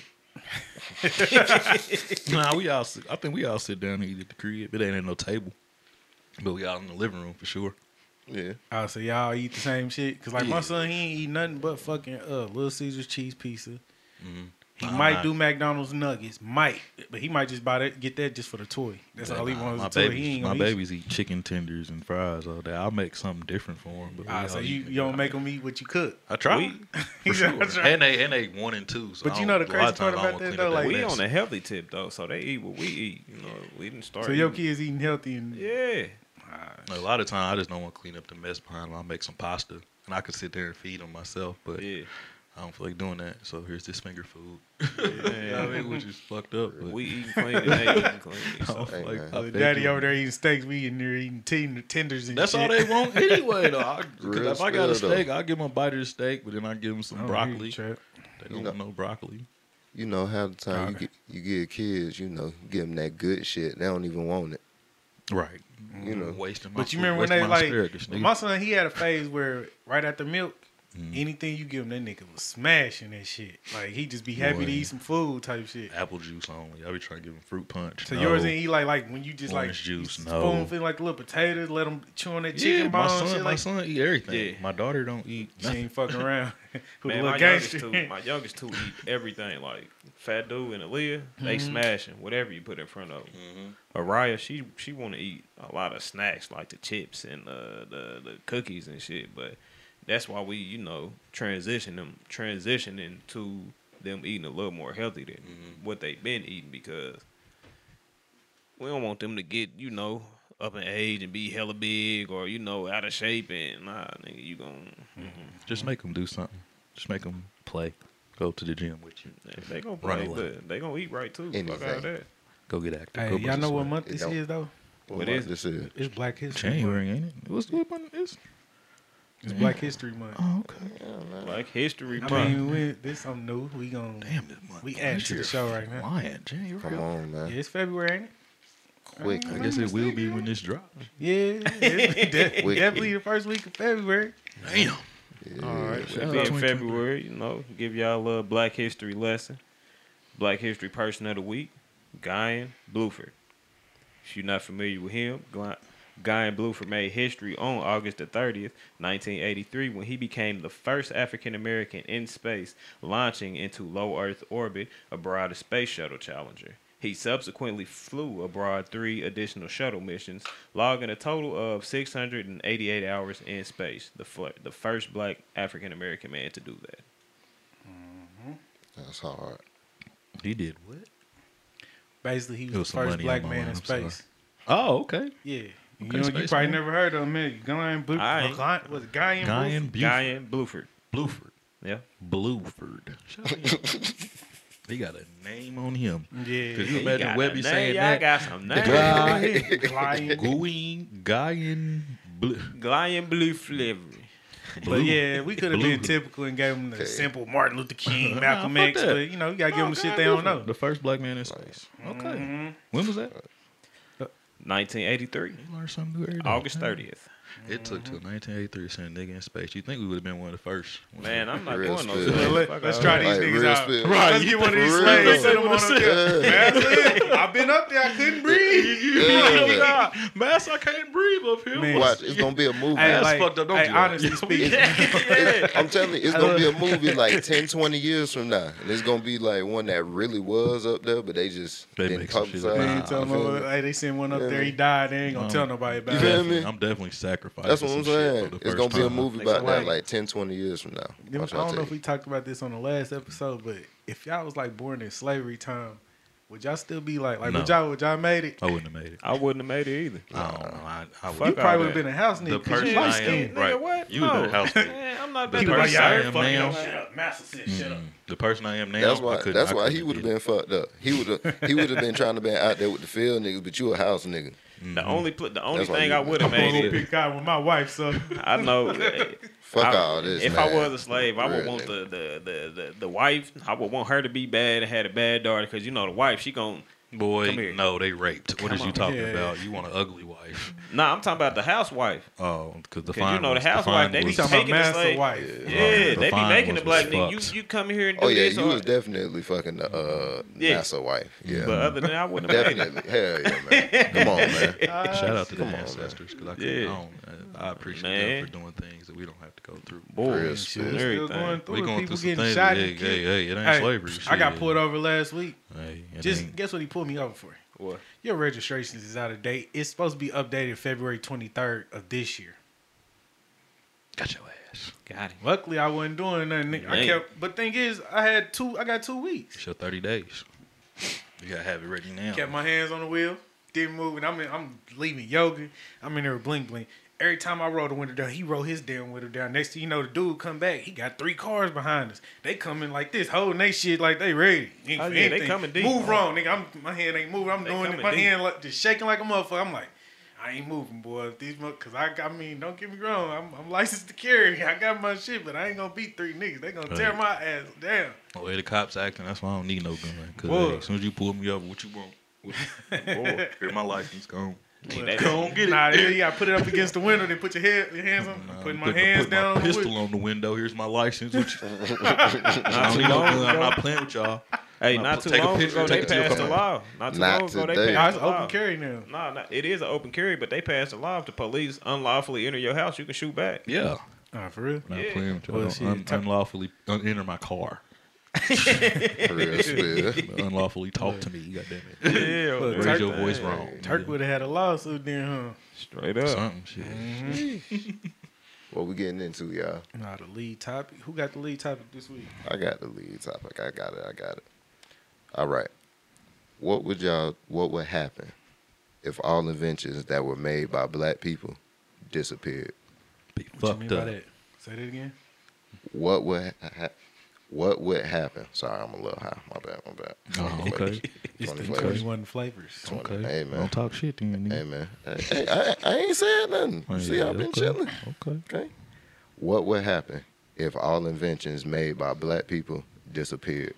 Speaker 4: nah, we all. sit- I think we all sit down and eat at the crib. It ain't at no table, but we all in the living room for sure.
Speaker 2: Yeah.
Speaker 3: oh, so y'all eat the same shit. Cause like my
Speaker 4: Yeah.
Speaker 3: son, he ain't eat nothing but fucking uh Little Caesar's cheese pizza.
Speaker 4: Mhm.
Speaker 3: He
Speaker 4: Nah,
Speaker 3: might
Speaker 4: nah.
Speaker 3: do McDonald's nuggets, might, but he might just buy that, get that just for the toy. That's all he
Speaker 4: Nah,
Speaker 3: wants.
Speaker 4: My
Speaker 3: is a toy.
Speaker 4: babies,
Speaker 3: he ain't
Speaker 4: my
Speaker 3: gonna eat-
Speaker 4: babies eat chicken tenders and fries all day. I'll make something different for them. But we
Speaker 3: Ah,
Speaker 4: all
Speaker 3: so
Speaker 4: eat
Speaker 3: you,
Speaker 4: together.
Speaker 3: you don't make them eat what you cook.
Speaker 4: I try.
Speaker 1: We-
Speaker 4: For
Speaker 3: He's like,
Speaker 4: sure.
Speaker 3: "I try."
Speaker 4: And they and they one and two. So
Speaker 3: But
Speaker 4: I
Speaker 3: you
Speaker 4: don't-
Speaker 3: know the
Speaker 4: a lot
Speaker 3: crazy
Speaker 4: of times
Speaker 3: part
Speaker 4: I don't
Speaker 3: about
Speaker 4: wanna
Speaker 3: that,
Speaker 4: clean up
Speaker 3: though,
Speaker 4: that
Speaker 3: like-
Speaker 1: we
Speaker 4: mess.
Speaker 1: on a healthy tip though, so they eat what we eat. You know, we didn't start.
Speaker 3: So your
Speaker 1: eating-
Speaker 3: kids eating healthy and
Speaker 1: yeah.
Speaker 4: A lot of time, I just don't want to clean up the mess behind them. I'll make some pasta, and I could sit there and feed them myself, but
Speaker 1: Yeah,
Speaker 4: I don't feel like doing that. So here's this finger food. You
Speaker 1: man.
Speaker 4: know what I mean? Which is fucked up. But
Speaker 1: we eating clean and they eating clean.
Speaker 4: I
Speaker 1: So.
Speaker 4: don't feel like-
Speaker 2: Hey, man.
Speaker 4: I
Speaker 3: Uh,
Speaker 4: beg
Speaker 3: daddy
Speaker 4: you.
Speaker 3: over there eating steaks, we in there eating ten- tenders and
Speaker 4: That's
Speaker 3: shit.
Speaker 4: all they want anyway, though. I, 'cause
Speaker 2: Real
Speaker 4: if I got a
Speaker 2: spill, though.
Speaker 4: steak, I'll give them a bite of the steak, but then I give them some
Speaker 3: Oh,
Speaker 4: broccoli.
Speaker 3: he trap.
Speaker 4: They don't
Speaker 2: know.
Speaker 4: want no broccoli.
Speaker 2: You know how the time you
Speaker 3: Okay.
Speaker 2: get, you give kids, you know, give them that good shit. They don't even want it.
Speaker 4: Right.
Speaker 2: You know.
Speaker 4: Mm-hmm. wasting my
Speaker 3: But you remember when
Speaker 4: wasting
Speaker 3: they
Speaker 4: my
Speaker 3: like
Speaker 4: asparagus, nigga.
Speaker 3: my son? He had a phase where right after milk, anything you give him, that nigga was smashing that shit. Like he just be happy
Speaker 4: Boy.
Speaker 3: to eat some food type shit.
Speaker 4: apple juice only. I be trying to give them fruit punch.
Speaker 3: So
Speaker 4: No.
Speaker 3: yours ain't eat like like when you just like
Speaker 4: Orange juice,
Speaker 3: spoon
Speaker 4: no.
Speaker 3: feed like little potatoes, let him chew on that
Speaker 4: yeah,
Speaker 3: chicken
Speaker 4: my
Speaker 3: bone.
Speaker 4: son,
Speaker 3: shit,
Speaker 4: my
Speaker 3: like,
Speaker 4: son eat
Speaker 1: Yeah.
Speaker 4: everything. My daughter don't eat
Speaker 3: She
Speaker 4: nothing.
Speaker 3: ain't fucking around with a
Speaker 1: Man,
Speaker 3: little
Speaker 1: my youngest, two,
Speaker 3: gangster.
Speaker 1: my youngest two eat everything. Like Fat Dude and Aaliyah, they smashing whatever you put in front of them. Araya, she she want to eat a lot of snacks like the chips and uh, the the cookies and shit. But that's why we you know transition them transitioning to them eating a little more healthy than what they've been eating because we don't want them to get you know up in age and be hella big or you know out of shape and nah nigga you gon'
Speaker 4: Just make them do something. Just make them play. Go to the gym with you.
Speaker 1: They- They gonna
Speaker 4: Run
Speaker 1: play,
Speaker 4: away.
Speaker 1: but they gonna eat right too. Fuck
Speaker 2: Anything.
Speaker 1: out that.
Speaker 4: Go get active.
Speaker 3: Hey,
Speaker 4: Go
Speaker 3: y'all
Speaker 4: put
Speaker 3: know
Speaker 4: some
Speaker 3: what
Speaker 4: sweat.
Speaker 3: month
Speaker 2: It
Speaker 3: this
Speaker 2: don't-
Speaker 3: is though?
Speaker 1: What is
Speaker 2: this is?
Speaker 3: It's Black History Month.
Speaker 4: January, ain't it? What's what month it is?
Speaker 3: It's Black History Month.
Speaker 4: Oh, okay.
Speaker 1: Like history
Speaker 3: I
Speaker 1: month.
Speaker 3: mean, we, this something new. We gonna
Speaker 4: Damn, this month.
Speaker 3: We adding to the
Speaker 4: You're
Speaker 3: show right now.
Speaker 4: Lying, January.
Speaker 2: Come on,
Speaker 3: Yeah,
Speaker 2: man.
Speaker 3: it's February, ain't it?
Speaker 2: quick.
Speaker 4: I guess it will be when this drops.
Speaker 3: Yeah, it's de-
Speaker 2: Wait.
Speaker 3: definitely the first week of February.
Speaker 4: Damn.
Speaker 1: All right, should
Speaker 3: uh,
Speaker 4: Shout
Speaker 1: be
Speaker 4: out
Speaker 1: in
Speaker 4: 2023.
Speaker 1: February. You know, give y'all a little Black History lesson. Black History Person of the Week, Guyan Bluford. If you're not familiar with him, Gli- Guyan Bluford made history on August the 30th, 1983, when he became the first African American in space, launching into low Earth orbit aboard a space shuttle Challenger. He subsequently flew abroad three additional shuttle missions, logging a total of 688 hours in space. The fl- the first black African American man to do that.
Speaker 2: That's hard.
Speaker 4: He did what?
Speaker 3: Basically, he was,
Speaker 4: There was
Speaker 3: the
Speaker 4: some
Speaker 3: first
Speaker 4: money on
Speaker 3: black
Speaker 4: my
Speaker 3: man
Speaker 4: line,
Speaker 3: in
Speaker 4: I'm
Speaker 3: space.
Speaker 4: Oh, okay.
Speaker 3: Yeah. You, know,
Speaker 4: Okay,
Speaker 3: you
Speaker 4: space
Speaker 3: probably
Speaker 4: man.
Speaker 3: never heard of him, man. Guyan Blue.
Speaker 1: Aight.
Speaker 3: Guyan- Was it Guyan Blue?
Speaker 4: Guyan Buford.
Speaker 1: Guyan Bluford.
Speaker 4: Bluford.
Speaker 1: Yeah.
Speaker 4: Bluford. Shut up. he got a name on him. Could
Speaker 3: Yeah.
Speaker 4: you imagine
Speaker 1: got
Speaker 4: Webby
Speaker 1: a
Speaker 4: saying
Speaker 1: name. Y'all
Speaker 4: that?
Speaker 1: got some name.
Speaker 4: Guy,
Speaker 3: Guyan.
Speaker 4: Guyan, Guyan, Blu-
Speaker 1: Guyan Bluford.
Speaker 4: Blue.
Speaker 3: But yeah, we could have
Speaker 4: Blue.
Speaker 3: been typical and gave him the
Speaker 2: Okay.
Speaker 3: simple Martin Luther King,
Speaker 4: Nah,
Speaker 3: Malcolm
Speaker 4: fuck
Speaker 3: X.
Speaker 4: that.
Speaker 3: But you know, you gotta give them
Speaker 4: Oh,
Speaker 3: shit
Speaker 4: God,
Speaker 3: they don't
Speaker 4: Bluford.
Speaker 3: know.
Speaker 4: The first black man in space. Okay. When was that?
Speaker 1: 1983.
Speaker 4: You learn something new every day. Mm-hmm.
Speaker 1: August
Speaker 4: Yeah.
Speaker 1: 30th.
Speaker 4: It took till 1983 to send a nigga in space. You think we would have been one of the first?
Speaker 1: Man, I'm not
Speaker 2: Real
Speaker 1: doing
Speaker 2: shit.
Speaker 1: those.
Speaker 3: Let-
Speaker 1: things.
Speaker 3: let-
Speaker 1: Fuck
Speaker 3: Let's
Speaker 1: all
Speaker 3: try
Speaker 1: that.
Speaker 3: these
Speaker 2: Like,
Speaker 3: niggas
Speaker 2: real
Speaker 3: out.
Speaker 2: spill.
Speaker 4: Right,
Speaker 3: Let's
Speaker 4: you
Speaker 3: get one of these
Speaker 2: real
Speaker 3: slaves.
Speaker 2: though.
Speaker 3: Sit them on them
Speaker 2: Yeah.
Speaker 3: couch. I've been up there. I couldn't breathe.
Speaker 2: Yeah.
Speaker 4: Mass, I can't breathe up here.
Speaker 3: Man.
Speaker 2: Watch, it's gonna be a movie.
Speaker 3: Hey,
Speaker 4: That's
Speaker 3: like,
Speaker 4: fucked up. Don't
Speaker 3: hey,
Speaker 4: do that.
Speaker 3: honestly speaking,
Speaker 2: It's- I'm telling you, it's gonna be a movie like 10, 20 years from now, and it's gonna be like one that really was up there, but they just
Speaker 4: They
Speaker 2: didn't
Speaker 4: make some shit
Speaker 2: publicize.
Speaker 4: up.
Speaker 2: it.
Speaker 3: Man,
Speaker 2: You
Speaker 3: tell
Speaker 2: feel
Speaker 3: them,
Speaker 2: me?
Speaker 3: hey, they sent one up
Speaker 2: Yeah.
Speaker 3: there. He died. They ain't gonna
Speaker 4: Um,
Speaker 3: tell nobody about
Speaker 2: feel
Speaker 3: it.
Speaker 2: me?
Speaker 4: I'm definitely sacrificing.
Speaker 2: That's what I'm
Speaker 4: some shit
Speaker 2: saying.
Speaker 4: for the
Speaker 2: It's
Speaker 4: first
Speaker 2: gonna be a
Speaker 4: time.
Speaker 2: movie
Speaker 1: Like,
Speaker 2: about that
Speaker 3: like-
Speaker 2: like 10, 20 years from now.
Speaker 3: Them- I
Speaker 2: Watch what
Speaker 3: don't know
Speaker 2: tell
Speaker 3: if
Speaker 2: you.
Speaker 3: we talked about this on the last episode, but if y'all was like born in slavery time, would y'all still be like, like, would
Speaker 4: No. Oh,
Speaker 3: y'all, would y'all made it?
Speaker 4: I wouldn't have made it.
Speaker 1: I wouldn't have made it either.
Speaker 4: I don't know. I, I
Speaker 1: Fuck
Speaker 4: would.
Speaker 3: You
Speaker 1: all
Speaker 3: probably would have
Speaker 1: that.
Speaker 3: been a house
Speaker 4: The
Speaker 3: nigga because
Speaker 4: person
Speaker 3: you
Speaker 4: I am,
Speaker 3: light skinned.
Speaker 4: bro. Right.
Speaker 1: Nigga, what?
Speaker 4: You
Speaker 1: no.
Speaker 4: would've been house bitch.
Speaker 1: Man, I'm not
Speaker 4: The
Speaker 1: that
Speaker 4: person
Speaker 1: person.
Speaker 4: I am
Speaker 1: Fuck
Speaker 4: now- mm,
Speaker 1: y'all.
Speaker 3: up. Master said, shut up.
Speaker 4: The person I am now.
Speaker 2: That's
Speaker 4: I
Speaker 2: why.
Speaker 4: couldn't-
Speaker 2: That's
Speaker 4: I
Speaker 2: why
Speaker 4: couldn't
Speaker 2: he would have
Speaker 4: get
Speaker 2: been
Speaker 4: it.
Speaker 2: fucked up. He would have. He would have been trying to been out there with the field niggas, but you a house nigga.
Speaker 1: The only pl- the only
Speaker 2: That's why
Speaker 1: thing
Speaker 2: you-
Speaker 1: I would have
Speaker 3: I'm gonna
Speaker 1: made
Speaker 3: go
Speaker 1: it.
Speaker 3: pick God with my wife, son.
Speaker 1: I know.
Speaker 2: Fuck
Speaker 1: I-
Speaker 2: all this.
Speaker 1: If I
Speaker 2: man.
Speaker 1: was a slave, I would
Speaker 2: Real
Speaker 1: want
Speaker 2: nigga.
Speaker 1: the, the, the, the, the wife. I would want her to be bad and had a bad daughter because you know the wife she gon' Come
Speaker 4: Boy,
Speaker 1: here.
Speaker 4: no, they raped. What is
Speaker 1: Come
Speaker 4: you
Speaker 1: on.
Speaker 4: talking
Speaker 3: Yeah.
Speaker 4: about? You want an ugly wife?
Speaker 1: Nah, I'm talking about the housewife.
Speaker 4: Oh, because the
Speaker 1: 'Cause
Speaker 4: fine
Speaker 1: you know the
Speaker 4: ones- the
Speaker 1: housewife,
Speaker 4: fine
Speaker 1: they be
Speaker 4: ones-
Speaker 3: He's talking about
Speaker 1: Taking the
Speaker 3: master
Speaker 1: slave.
Speaker 3: wife.
Speaker 1: Yeah,
Speaker 4: the
Speaker 1: they be
Speaker 4: fine
Speaker 1: making
Speaker 4: ones
Speaker 1: the black
Speaker 4: was
Speaker 1: nigga. You
Speaker 4: fucked.
Speaker 1: you come here and do
Speaker 2: Oh yeah,
Speaker 1: this.
Speaker 2: you
Speaker 1: or-
Speaker 2: was definitely fucking the uh,
Speaker 1: Yeah.
Speaker 2: NASA wife. Yeah,
Speaker 1: but other than that, I wouldn't have made it.
Speaker 2: definitely. Hell yeah, man. Come on, man.
Speaker 4: Shout out to the
Speaker 2: Come on,
Speaker 4: ancestors because I,
Speaker 1: Yeah.
Speaker 4: yeah. I, don't- I appreciate
Speaker 1: Man.
Speaker 4: them for doing things that we don't have to go through.
Speaker 1: Boy,
Speaker 2: Real
Speaker 1: shit,
Speaker 2: shit.
Speaker 3: Still going
Speaker 1: everything.
Speaker 4: we
Speaker 3: through it.
Speaker 4: going
Speaker 3: People
Speaker 4: through some
Speaker 3: getting
Speaker 4: things.
Speaker 3: shot.
Speaker 4: Hey,
Speaker 3: and
Speaker 4: hey,
Speaker 3: killed.
Speaker 4: hey, it ain't
Speaker 3: Hey,
Speaker 4: slavery. Shit.
Speaker 3: I got pulled over last week.
Speaker 4: Hey, it
Speaker 3: Just
Speaker 4: ain't-
Speaker 3: guess what he pulled me over for?
Speaker 1: What?
Speaker 3: Your registrations is out of date. It's supposed to be updated February 23rd of this year.
Speaker 4: got your ass.
Speaker 1: Got it.
Speaker 3: Luckily, I wasn't doing nothing. nigga. I
Speaker 1: Man.
Speaker 3: kept, but thing is, I had two. I got two weeks.
Speaker 4: It's your thirty days. You gotta have it ready now.
Speaker 3: Kept my hands on the wheel, didn't move, and I'm in, I'm leaving yoga. I'm in there with blink blink. Every time I roll the window down, he roll his damn window down. Next thing you know, the dude come back. He got three cars behind us. They coming like this, holding they shit like they ready. Ain't
Speaker 1: Oh,
Speaker 3: for
Speaker 1: yeah, they
Speaker 3: anything.
Speaker 1: coming deep.
Speaker 3: Move wrong, nigga. I'm, my hand ain't moving. I'm
Speaker 1: They
Speaker 3: doing it.
Speaker 1: coming
Speaker 3: My
Speaker 1: deep.
Speaker 3: hand like, just shaking like a motherfucker. I'm like, I ain't moving, boy. If These because I, I mean, don't get me wrong. I'm, I'm licensed to carry. I got my shit, but I ain't gonna beat three niggas. They gonna tear
Speaker 4: Right.
Speaker 3: my ass down.
Speaker 4: The way the cops acting, that's why I don't need no gun. Cause
Speaker 3: Whoa.
Speaker 4: hey, as soon as you pull me over, what you want? What you, boy, here my license gone.
Speaker 1: They-
Speaker 4: Don't get it.
Speaker 3: Nah, you gotta put it up against the window, then put your head, your hands on.
Speaker 4: Nah,
Speaker 3: putting
Speaker 4: I'm
Speaker 3: my hands
Speaker 4: put
Speaker 3: down.
Speaker 4: My
Speaker 3: on the
Speaker 4: pistol
Speaker 3: wood.
Speaker 4: on the window. Here's my license. What you, I
Speaker 1: Not
Speaker 4: don't
Speaker 1: too
Speaker 4: need no
Speaker 1: long
Speaker 4: gun. I'm
Speaker 1: ago.
Speaker 4: not playing with y'all.
Speaker 1: Hey,
Speaker 4: Nah,
Speaker 1: not too
Speaker 4: take a
Speaker 1: long
Speaker 4: picture,
Speaker 1: ago they
Speaker 4: take a picture,
Speaker 1: passed a
Speaker 2: come on.
Speaker 1: law. Not too
Speaker 2: Not
Speaker 1: long ago they
Speaker 2: today.
Speaker 3: Nah,
Speaker 1: passed
Speaker 3: it's
Speaker 1: a
Speaker 3: open
Speaker 1: law.
Speaker 3: carry now.
Speaker 1: Nah, nah, it is an open carry, but they passed a law. If the police unlawfully enter your house, you can shoot back.
Speaker 4: Yeah.
Speaker 3: Nah, for real.
Speaker 4: Not
Speaker 1: Yeah.
Speaker 4: playing with y'all.
Speaker 3: Well,
Speaker 4: Don't
Speaker 3: shit,
Speaker 4: un-
Speaker 3: ta-
Speaker 4: unlawfully un- enter my car.
Speaker 2: Real spill.
Speaker 4: unlawfully talk to me. Goddamn it.
Speaker 1: Yeah,
Speaker 3: Look,
Speaker 1: man.
Speaker 4: Raise your voice wrong.
Speaker 3: Turk
Speaker 4: nigga.
Speaker 3: would have had a lawsuit then,
Speaker 1: Straight up.
Speaker 4: Something shit.
Speaker 2: What we getting into, y'all?
Speaker 3: huh? Nah, the lead topic. Who got the lead topic this week?
Speaker 2: I got the lead topic. I got it. I got it. All right. What would y'all? What would happen if all inventions that were made by black people disappeared?
Speaker 4: Be
Speaker 3: What you mean
Speaker 4: fucked
Speaker 3: by
Speaker 4: up.
Speaker 3: that? Say that again.
Speaker 2: What would ha- ha- what would happen? Sorry, I'm a little high. My bad. My bad.
Speaker 4: Oh,
Speaker 2: 20 flavors.
Speaker 4: okay.
Speaker 3: It's the
Speaker 2: 20 flavors.
Speaker 3: 21 flavors.
Speaker 2: 20.
Speaker 4: Okay.
Speaker 2: Hey man.
Speaker 4: Don't talk shit then. nigga.
Speaker 2: Hey man. Hey, hey, I, I ain't said nothing.
Speaker 4: Hey,
Speaker 2: See, I've been
Speaker 4: okay.
Speaker 2: chilling.
Speaker 4: Okay.
Speaker 2: Okay. What would happen if all inventions made by black people disappeared?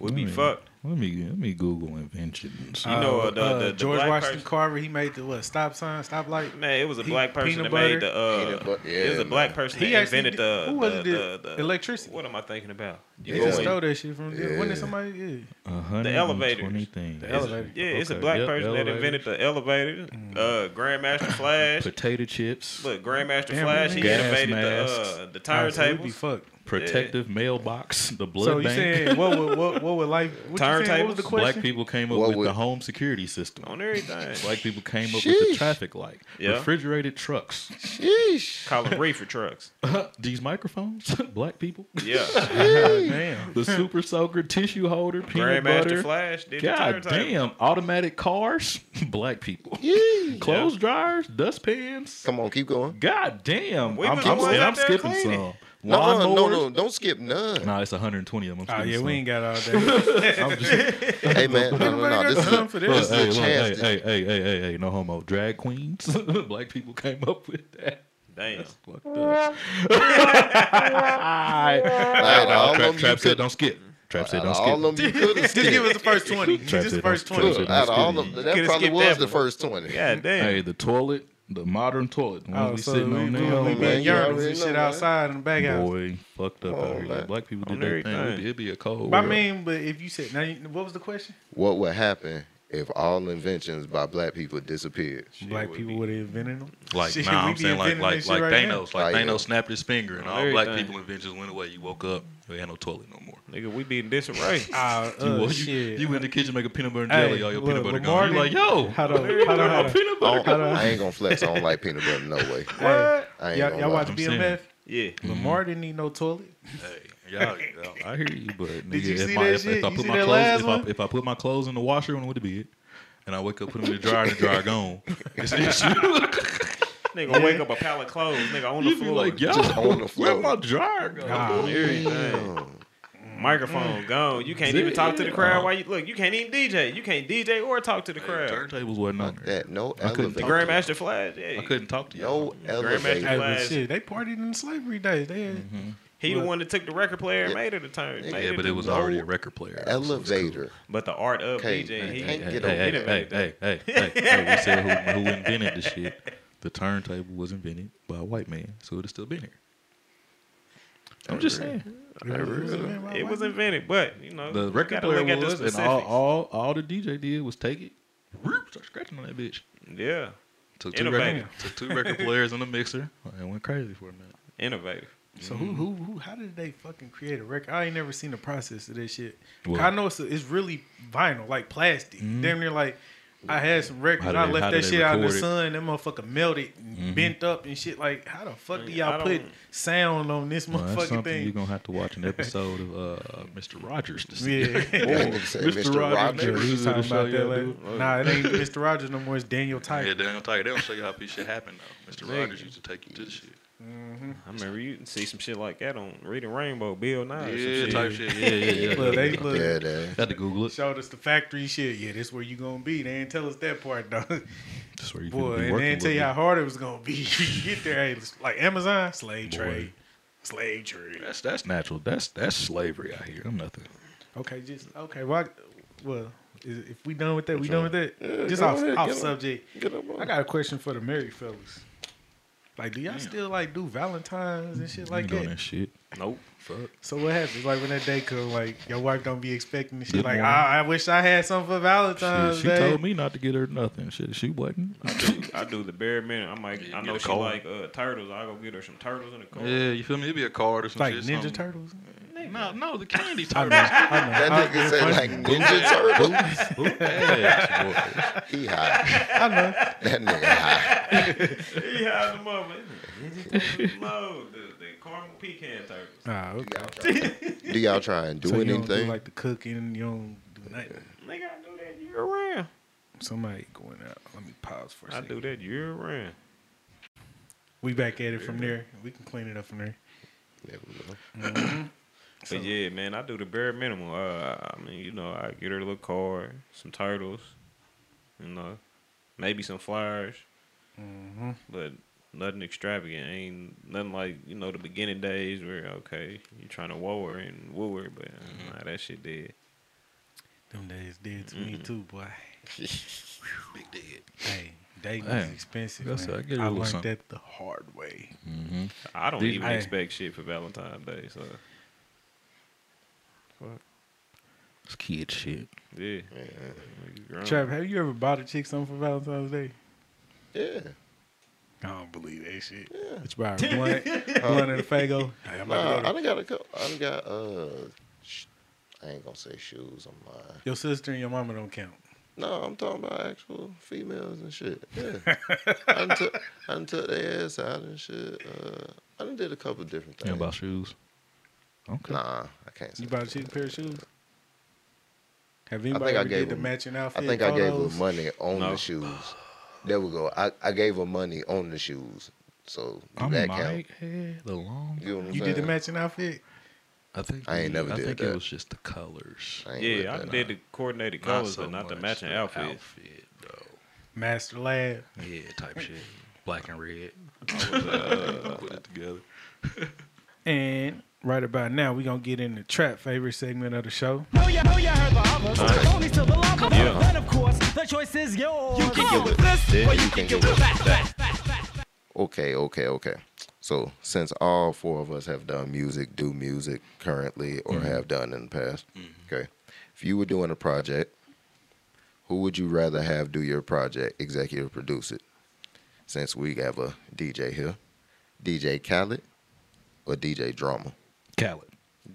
Speaker 1: We'd be
Speaker 4: Mm.
Speaker 1: fucked.
Speaker 4: Let me let me Google inventions.
Speaker 1: You know, uh, the- the- the
Speaker 3: George
Speaker 1: black
Speaker 3: Washington
Speaker 1: person-
Speaker 3: Carver. He made the what, stop sign, stop light.
Speaker 1: Man, it was a
Speaker 3: Pe-
Speaker 1: black person
Speaker 3: peanut
Speaker 1: that made
Speaker 3: butter?
Speaker 1: the. Uh,
Speaker 2: Peanut butter,
Speaker 1: it was
Speaker 2: yeah,
Speaker 1: a black
Speaker 2: man.
Speaker 1: person
Speaker 3: He
Speaker 1: that
Speaker 3: actually
Speaker 1: invented
Speaker 3: did-
Speaker 1: the.
Speaker 3: who was
Speaker 1: the,
Speaker 3: it
Speaker 1: the,
Speaker 3: that-
Speaker 1: the,
Speaker 3: electricity?
Speaker 1: What am I thinking about?
Speaker 3: They
Speaker 1: You
Speaker 2: Yeah.
Speaker 1: go
Speaker 3: just
Speaker 1: in-
Speaker 3: stole that shit from yeah. when
Speaker 2: Yeah.
Speaker 3: did somebody? Yeah.
Speaker 1: the elevators.
Speaker 4: Things.
Speaker 3: The elevator.
Speaker 1: Yeah, it's a
Speaker 4: Okay,
Speaker 1: black
Speaker 4: yep,
Speaker 1: person
Speaker 4: elevator.
Speaker 1: that invented the elevator.
Speaker 3: Mm.
Speaker 1: Uh, Grandmaster Flash.
Speaker 4: potato chips,
Speaker 1: Look, Grandmaster
Speaker 3: Damn,
Speaker 1: Flash. He
Speaker 4: gas
Speaker 1: innovated
Speaker 4: masks.
Speaker 1: the uh, the
Speaker 3: Honestly, we'd be
Speaker 1: turntables.
Speaker 3: fucked.
Speaker 4: protective mailbox, the blood
Speaker 3: So you
Speaker 4: bank.
Speaker 3: saying what would what what would life? What, you saying, what was the
Speaker 1: Turntables?
Speaker 3: question?
Speaker 4: Black people came up
Speaker 2: What
Speaker 4: with
Speaker 2: would-
Speaker 4: the home security system.
Speaker 1: on everything.
Speaker 4: Black people came up with the
Speaker 2: Sheesh.
Speaker 4: traffic light,
Speaker 1: Yeah.
Speaker 4: refrigerated trucks,
Speaker 2: Sheesh.
Speaker 1: Call them reefer trucks.
Speaker 4: these microphones, black people,
Speaker 1: Yeah.
Speaker 3: Damn.
Speaker 4: the super soaker tissue holder, peanut
Speaker 1: Grandmaster
Speaker 4: butter.
Speaker 1: Flash did the
Speaker 4: God
Speaker 1: turntable.
Speaker 4: damn, automatic cars, black people,
Speaker 2: Yee.
Speaker 4: clothes dryers, dustpans.
Speaker 2: Come on, keep going.
Speaker 4: God damn,
Speaker 1: We
Speaker 4: I'm,
Speaker 1: was
Speaker 4: I'm,
Speaker 1: the ones
Speaker 4: and
Speaker 1: out
Speaker 4: I'm
Speaker 1: there
Speaker 4: skipping
Speaker 1: cleaning.
Speaker 4: some.
Speaker 2: No, no, no,
Speaker 4: Lawnmowers.
Speaker 2: no, don't skip none.
Speaker 4: Nah, it's 120 of them. I'm
Speaker 3: Oh
Speaker 4: skipping
Speaker 3: yeah,
Speaker 4: some.
Speaker 3: we ain't got all that.
Speaker 4: I'm just-
Speaker 2: Hey man, no, no, no.
Speaker 3: Everybody
Speaker 2: This
Speaker 3: got
Speaker 2: is
Speaker 3: time
Speaker 2: a,
Speaker 3: for
Speaker 2: this is
Speaker 3: this.
Speaker 2: a
Speaker 4: hey, look,
Speaker 2: chance.
Speaker 4: hey,
Speaker 2: to-
Speaker 4: hey, hey, hey, hey, hey, no homo. Drag queens, black people came up with that.
Speaker 1: Damn.
Speaker 4: Fucked up.
Speaker 2: Out of all
Speaker 4: Trap,
Speaker 2: them you
Speaker 4: trap said
Speaker 2: could-
Speaker 4: don't skip. Trap said
Speaker 2: out
Speaker 4: don't
Speaker 2: of
Speaker 4: skip.
Speaker 2: all them you could have
Speaker 3: Just
Speaker 2: skipped.
Speaker 3: give us the first twenty. Just the
Speaker 4: it,
Speaker 3: first
Speaker 4: don't
Speaker 3: twenty.
Speaker 4: skip.
Speaker 2: Out of all of them, that
Speaker 1: could've
Speaker 2: probably
Speaker 1: skipped
Speaker 2: was
Speaker 1: that
Speaker 2: the
Speaker 1: one.
Speaker 2: first twenty.
Speaker 1: God damn.
Speaker 4: Hey, the toilet, the modern toilet, the ones
Speaker 3: Oh,
Speaker 4: we
Speaker 3: so we,
Speaker 4: sitting
Speaker 3: we,
Speaker 4: on
Speaker 3: we,
Speaker 4: now.
Speaker 3: we
Speaker 2: man,
Speaker 3: be
Speaker 2: you
Speaker 3: in urinals
Speaker 2: already
Speaker 3: and
Speaker 2: know,
Speaker 3: shit
Speaker 2: man.
Speaker 3: outside in the back house.
Speaker 4: Boy, fucked up
Speaker 2: Come
Speaker 4: out
Speaker 2: Oh, on,
Speaker 4: here.
Speaker 2: man.
Speaker 4: Black people
Speaker 1: On
Speaker 4: did their thing.
Speaker 1: everything.
Speaker 4: We did be a cold.
Speaker 3: But I
Speaker 4: world.
Speaker 3: mean, but if you said now, you, what was the question?
Speaker 2: What would happen if all inventions by black people disappeared?
Speaker 3: Black
Speaker 1: would
Speaker 3: people would have invented them.
Speaker 4: Like
Speaker 3: Shit,
Speaker 4: nah,
Speaker 3: we
Speaker 4: I'm
Speaker 3: be
Speaker 4: saying like
Speaker 3: inventing
Speaker 4: like
Speaker 3: this
Speaker 4: like
Speaker 3: shit right now.
Speaker 4: Thanos, like
Speaker 2: Oh, yeah.
Speaker 4: Thanos snapped his finger and all black
Speaker 1: Everything.
Speaker 4: people inventions went away. You woke up, you ain't no toilet no more.
Speaker 1: Nigga, we be in disarray.
Speaker 3: Ah,
Speaker 4: You,
Speaker 3: uh,
Speaker 4: wa- you,
Speaker 3: shit.
Speaker 4: you in the kitchen making peanut butter and
Speaker 3: Hey,
Speaker 4: jelly, all your
Speaker 3: look,
Speaker 4: peanut butter
Speaker 3: Lamar
Speaker 4: gone. You like
Speaker 3: didn't-
Speaker 4: yo,
Speaker 3: Hold on,
Speaker 4: where
Speaker 3: hold on,
Speaker 4: my
Speaker 3: hold on.
Speaker 4: peanut
Speaker 2: I,
Speaker 4: butter.
Speaker 2: don't-
Speaker 4: gone?
Speaker 2: I ain't gonna flex. I don't like peanut butter. No way.
Speaker 3: Hey,
Speaker 2: I ain't
Speaker 3: y'all,
Speaker 2: gonna
Speaker 3: y'all
Speaker 2: lie.
Speaker 3: watch
Speaker 4: I'm
Speaker 3: BMF?
Speaker 4: saying.
Speaker 1: Yeah.
Speaker 3: Lamar didn't need no toilet.
Speaker 4: Hey, y'all, y'all, I hear you, but nigga,
Speaker 3: you
Speaker 4: if,
Speaker 3: see
Speaker 4: my,
Speaker 3: that
Speaker 4: if, if
Speaker 3: shit?
Speaker 4: I
Speaker 3: You
Speaker 4: put
Speaker 3: see
Speaker 4: my
Speaker 3: that
Speaker 4: clothes,
Speaker 3: last
Speaker 4: if
Speaker 3: one?
Speaker 4: I, if I put my clothes in the washer when with the bed, and I wake up, put them in the dryer, and the dryer gone. It's an issue.
Speaker 1: Nigga, wake up a pile of clothes. Nigga, on the
Speaker 4: you be
Speaker 1: floor.
Speaker 4: like, yo,
Speaker 2: Just on the
Speaker 4: where
Speaker 2: floor.
Speaker 4: my dryer go?
Speaker 3: Nah,
Speaker 1: Everything. Microphone gone. You can't even talk to the crowd while you look. You can't even DJ. You can't DJ or talk to the crowd.
Speaker 4: Turntables wasn't on there.
Speaker 2: That no
Speaker 4: I couldn't
Speaker 1: The
Speaker 2: elevator.
Speaker 1: Grandmaster Flash. Yeah,
Speaker 4: I couldn't talk to y'all.
Speaker 2: No elevator.
Speaker 3: Hey, but
Speaker 1: Last-
Speaker 3: shit, they partied in slavery days. They had,
Speaker 1: he the one that took the record player and
Speaker 2: Yeah.
Speaker 1: made it a turn. made
Speaker 4: Yeah, but
Speaker 1: the-
Speaker 4: it was already a record player. so it's cool.
Speaker 2: Elevator.
Speaker 1: But the art of
Speaker 2: Okay,
Speaker 1: DJing,
Speaker 2: man,
Speaker 1: he
Speaker 2: can't
Speaker 1: he
Speaker 4: Hey, hey,
Speaker 2: get
Speaker 4: hey,
Speaker 1: innovated
Speaker 4: hey,
Speaker 1: that.
Speaker 4: hey, hey, hey, hey, we said who, who invented the shit. The turntable was invented by a white man, so it'd have still been here. I'm just saying.
Speaker 1: It was invented, but you know
Speaker 4: The
Speaker 1: you
Speaker 4: record
Speaker 1: gotta
Speaker 4: player
Speaker 1: look at the
Speaker 4: was, and all,
Speaker 1: specifics.
Speaker 4: all all the DJ did was take it, whoop, start scratching on that bitch.
Speaker 1: yeah,
Speaker 4: Took two,
Speaker 1: Innovative.
Speaker 4: record, took two record players and a mixer, and went crazy for a minute.
Speaker 1: innovative.
Speaker 3: So
Speaker 4: Mm-hmm.
Speaker 3: who, who who how did they fucking create a record? I ain't never seen the process of this shit.
Speaker 4: What? Mm-hmm.
Speaker 3: I know it's a, it's really vinyl, like plastic. Damn near like I had some records.
Speaker 4: How do
Speaker 3: I
Speaker 4: they- how
Speaker 3: left
Speaker 4: do
Speaker 3: that
Speaker 4: they
Speaker 3: shit out in the
Speaker 4: record it?
Speaker 3: sun.
Speaker 4: Mm-hmm.
Speaker 3: That motherfucker melted, and bent up and shit. Like how the fuck do
Speaker 1: Yeah,
Speaker 3: y'all
Speaker 1: I
Speaker 3: put
Speaker 1: don't-
Speaker 3: sound on this
Speaker 4: Well, that's
Speaker 3: motherfucking
Speaker 4: something you're
Speaker 3: thing?
Speaker 4: gonna have to watch an episode of uh, Mr. Rogers to see.
Speaker 3: Yeah.
Speaker 2: Boy, nigga said Mr. Rogers.
Speaker 3: Yeah, we was talking
Speaker 4: Show
Speaker 3: about
Speaker 4: y'all
Speaker 3: that. Like,
Speaker 4: dude.
Speaker 3: nah, it ain't Mr. Rogers no more. It's Daniel Tiger.
Speaker 4: Yeah, Daniel Tiger. They don't show you how this shit happened though. Mr. Rogers used to take you to the shit.
Speaker 1: I remember you see some shit like that on Reading Rainbow, Bill Nye. or some
Speaker 4: Yeah,
Speaker 1: shit.
Speaker 4: type shit. Yeah, yeah, yeah.
Speaker 3: Oh, Look, they look.
Speaker 2: Yeah, that.
Speaker 4: Had to Google it.
Speaker 3: Showed us the factory shit. Yeah, this where you gonna be. They ain't tell us that part though.
Speaker 4: That's where you
Speaker 3: Boy,
Speaker 4: be
Speaker 3: and
Speaker 4: working
Speaker 3: then tell
Speaker 4: with
Speaker 3: you
Speaker 4: it.
Speaker 3: how hard it was gonna be. you get there, hey, it's like Amazon, slave
Speaker 4: Boy.
Speaker 3: trade, slave trade.
Speaker 4: That's that's natural. That's that's slavery out here. I'm nothing.
Speaker 3: Okay, just okay. Well, I, well, is, if we done with that, we
Speaker 2: Sure.
Speaker 3: done with that.
Speaker 2: Yeah,
Speaker 3: just
Speaker 2: go
Speaker 3: off
Speaker 2: ahead,
Speaker 3: off
Speaker 2: get on.
Speaker 3: subject.
Speaker 2: Get up
Speaker 3: I
Speaker 2: on.
Speaker 3: got a question for the married fellas. Like, do y'all still like do Valentines and shit like
Speaker 4: you doing
Speaker 3: that?
Speaker 4: that shit.
Speaker 1: Nope.
Speaker 4: Fuck.
Speaker 3: So what happens? Like when that day come, like your wife don't be expecting the shit.
Speaker 4: Good
Speaker 3: Like,
Speaker 4: morning.
Speaker 3: ah, I wish I had something for
Speaker 4: Shit,
Speaker 3: Valentine's
Speaker 4: she
Speaker 3: Day.
Speaker 4: told me not to get her nothing. Shit, she wasn't.
Speaker 1: I do, I do the bare minimum. I might,
Speaker 4: Yeah,
Speaker 1: I
Speaker 4: get
Speaker 1: know
Speaker 4: a
Speaker 1: she
Speaker 4: cold.
Speaker 1: like uh, turtles. I go get her some turtles in the car.
Speaker 4: Yeah, you feel me? It'd be a card or some
Speaker 3: like
Speaker 4: shit.
Speaker 3: Ninja
Speaker 4: something.
Speaker 3: Turtles.
Speaker 4: No, no, the candy
Speaker 3: I know.
Speaker 4: turtles.
Speaker 3: I know.
Speaker 2: That nigga said like Ninja Turtle.
Speaker 4: Who asked, boy?
Speaker 2: He high.
Speaker 3: I know.
Speaker 2: That nigga high.
Speaker 1: Yeah, the mother. No, the, the caramel pecan turtles.
Speaker 3: Ah, okay.
Speaker 2: Do y'all try and do
Speaker 3: so you don't do
Speaker 2: anything?
Speaker 3: like the cooking. You don't do nothing.
Speaker 1: Nigga, I do that year round.
Speaker 3: Somebody going out. Let me pause for a
Speaker 1: I
Speaker 3: second.
Speaker 1: do that year round.
Speaker 3: We back at it from there. We can clean it up from there.
Speaker 2: Never know.
Speaker 3: So-
Speaker 1: But yeah, man, I do the bare minimum. Uh, I mean, you know, I get her a little card, some turtles, you know, maybe some flowers,
Speaker 3: Mhm.
Speaker 1: but nothing extravagant. Ain't nothing like you know the beginning days where okay, you trying to woo her and woo her, but uh, nah, that shit dead.
Speaker 3: Them days dead to
Speaker 2: Mm-hmm.
Speaker 3: me too, boy.
Speaker 4: Big dead.
Speaker 3: Hey, dating is
Speaker 4: Man,
Speaker 3: expensive.
Speaker 4: that's-
Speaker 3: man.
Speaker 4: I get a
Speaker 3: I
Speaker 4: little
Speaker 3: learned
Speaker 4: something.
Speaker 3: that the hard way.
Speaker 4: Mm-hmm.
Speaker 1: I don't
Speaker 4: These-
Speaker 1: even
Speaker 3: Hey.
Speaker 1: expect shit for Valentine's Day. So
Speaker 4: It's kid shit.
Speaker 1: yeah,
Speaker 2: Yeah.
Speaker 1: niggas grown.
Speaker 3: Trav, have you ever bought a chick something for Valentine's Day?
Speaker 2: Yeah.
Speaker 3: I don't believe that shit.
Speaker 2: Yeah.
Speaker 3: It's about a blunt, blunt and a fago. Hey, I'm
Speaker 2: Nah,
Speaker 3: about to
Speaker 2: I
Speaker 3: go to-
Speaker 2: done got a couple. I done got uh. Sh- I ain't gonna say shoes. I'm lying.
Speaker 3: your sister and your mama don't count.
Speaker 2: No, I'm talking about actual females and shit. Yeah. I done took I done took their ass out and shit. Uh, I done did a couple different
Speaker 4: Yeah,
Speaker 2: things.
Speaker 4: about shoes. Okay.
Speaker 2: Nah, I can't. Say
Speaker 3: You bought a
Speaker 2: that.
Speaker 3: chick a pair of shoes? Have
Speaker 2: think
Speaker 3: anybody
Speaker 2: I
Speaker 3: ever
Speaker 2: gave
Speaker 3: did the
Speaker 2: him-
Speaker 3: matching
Speaker 2: I
Speaker 3: outfit?
Speaker 2: think I gave
Speaker 3: photos?
Speaker 2: her money on
Speaker 1: No.
Speaker 2: the shoes. There we go. I, I gave her money on the shoes. So do
Speaker 4: I
Speaker 2: that
Speaker 4: might
Speaker 2: count?
Speaker 4: have the long.
Speaker 2: You, know what I'm
Speaker 3: You
Speaker 2: saying?
Speaker 3: did the matching outfit?
Speaker 4: I think
Speaker 2: I ain't
Speaker 4: the-
Speaker 2: never
Speaker 4: I
Speaker 2: did
Speaker 4: think
Speaker 2: that.
Speaker 4: it was just the colors.
Speaker 2: I ain't with
Speaker 1: yeah, I
Speaker 2: that.
Speaker 1: did the coordinated colors,
Speaker 4: so
Speaker 1: but not the
Speaker 4: much
Speaker 1: matching outfits.
Speaker 4: outfit, though.
Speaker 3: Master Lab.
Speaker 4: Yeah, type shit. Black and red. uh, put it together.
Speaker 3: And right about now, we're going to get in the trap favorite segment of the show.
Speaker 5: Oh yeah, oh yeah, I heard the others. Only to the lovers.
Speaker 1: Yeah.
Speaker 5: Then of course, the choice is yours. You
Speaker 2: can get with this, or you can get with that. Okay, okay, okay. So since all four of us have done music, do music currently, or
Speaker 4: Mm-hmm.
Speaker 2: have done in the past, okay. If you were doing a project, who would you rather have do your project, executive produce it? Since we have a DJ here, DJ Khaled or DJ Drama?
Speaker 4: Khaled.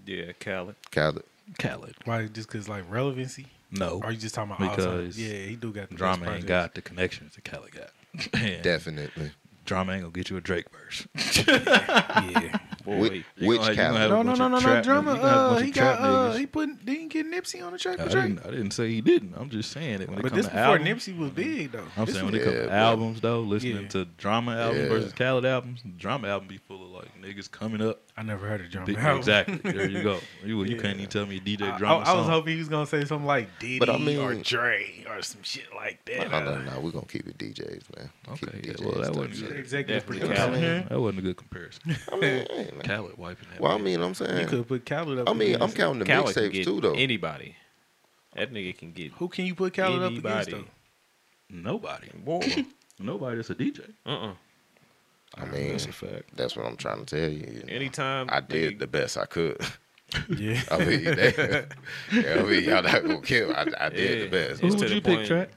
Speaker 1: Yeah, Khaled.
Speaker 2: Khaled.
Speaker 4: Khaled.
Speaker 3: Why? Just because, like, relevancy?
Speaker 4: No.
Speaker 3: Or you just talking about
Speaker 4: Because
Speaker 3: because Yeah, he do got the best
Speaker 4: Drama ain't
Speaker 3: projects.
Speaker 4: got the connections that Khaled got. And
Speaker 2: Definitely.
Speaker 4: Drama ain't gonna get you a Drake verse.
Speaker 3: Yeah.
Speaker 1: Boy,
Speaker 2: Which,
Speaker 4: You
Speaker 2: which
Speaker 4: gonna- you gonna
Speaker 2: Khaled?
Speaker 4: have-
Speaker 3: no, no,
Speaker 4: a bunch
Speaker 3: no,
Speaker 4: of
Speaker 3: no, no.
Speaker 4: trap
Speaker 3: Drama,
Speaker 4: niggas. You got a
Speaker 3: uh,
Speaker 4: bunch
Speaker 3: he
Speaker 4: of
Speaker 3: got,
Speaker 4: trap
Speaker 3: uh,
Speaker 4: niggas.
Speaker 3: he put, didn't get Nipsey on the track
Speaker 4: I
Speaker 3: for Drake.
Speaker 4: didn't, I didn't say he didn't. I'm just saying it when it
Speaker 3: But
Speaker 4: comes
Speaker 3: this
Speaker 4: to
Speaker 3: before
Speaker 4: albums.
Speaker 3: Nipsey was big, though.
Speaker 4: I'm
Speaker 3: This
Speaker 4: saying
Speaker 3: was-
Speaker 4: when it comes
Speaker 2: Yeah,
Speaker 4: to
Speaker 2: but-
Speaker 4: albums though, listening
Speaker 3: Yeah.
Speaker 4: to drama album
Speaker 2: Yeah.
Speaker 4: versus Khaled albums, drama album be full of like niggas coming up.
Speaker 3: I never heard of drama.
Speaker 4: Be- Exactly. There you go. You, you
Speaker 3: Yeah.
Speaker 4: can't even tell me DJ
Speaker 3: I,
Speaker 4: drama
Speaker 3: I- I was
Speaker 4: song.
Speaker 3: hoping he was gonna say something like Diddy
Speaker 2: But I
Speaker 3: or
Speaker 2: mean-
Speaker 3: Dre or some shit like that.
Speaker 2: No, no, no. We're going to keep it DJs, man. Keep
Speaker 4: Okay, yeah,
Speaker 2: it
Speaker 4: well, that
Speaker 2: DJs type
Speaker 4: wasn't
Speaker 2: shit.
Speaker 4: good.
Speaker 3: Executive
Speaker 1: Definitely
Speaker 3: producer.
Speaker 2: Khaled.
Speaker 3: Mhm.
Speaker 4: That wasn't a good comparison.
Speaker 2: I mean, hey, man.
Speaker 4: Khaled wiping that.
Speaker 2: Well, I
Speaker 4: bitch.
Speaker 2: mean, I'm saying.
Speaker 3: You could put Khaled up.
Speaker 2: I mean, I'm
Speaker 3: against.
Speaker 2: counting the
Speaker 1: Khaled can
Speaker 2: mixtapes
Speaker 1: get
Speaker 2: too, though.
Speaker 1: anybody. That nigga can get
Speaker 3: Who can you put Khaled up against?
Speaker 1: anybody.
Speaker 3: Though?
Speaker 4: nobody,
Speaker 1: Boy,
Speaker 4: nobody that's a DJ.
Speaker 1: uh, uh
Speaker 2: I mean,
Speaker 4: That's a fact.
Speaker 2: that's what I'm trying to tell you. you know.
Speaker 1: Anytime
Speaker 2: I did the best I could.
Speaker 3: Yeah.
Speaker 2: I mean, that, I mean, y'all not gonna kill. I, I did the
Speaker 1: Yeah.
Speaker 2: best.
Speaker 1: It's
Speaker 4: Who
Speaker 1: to
Speaker 4: would
Speaker 1: the
Speaker 4: you pick,
Speaker 1: point-
Speaker 4: track?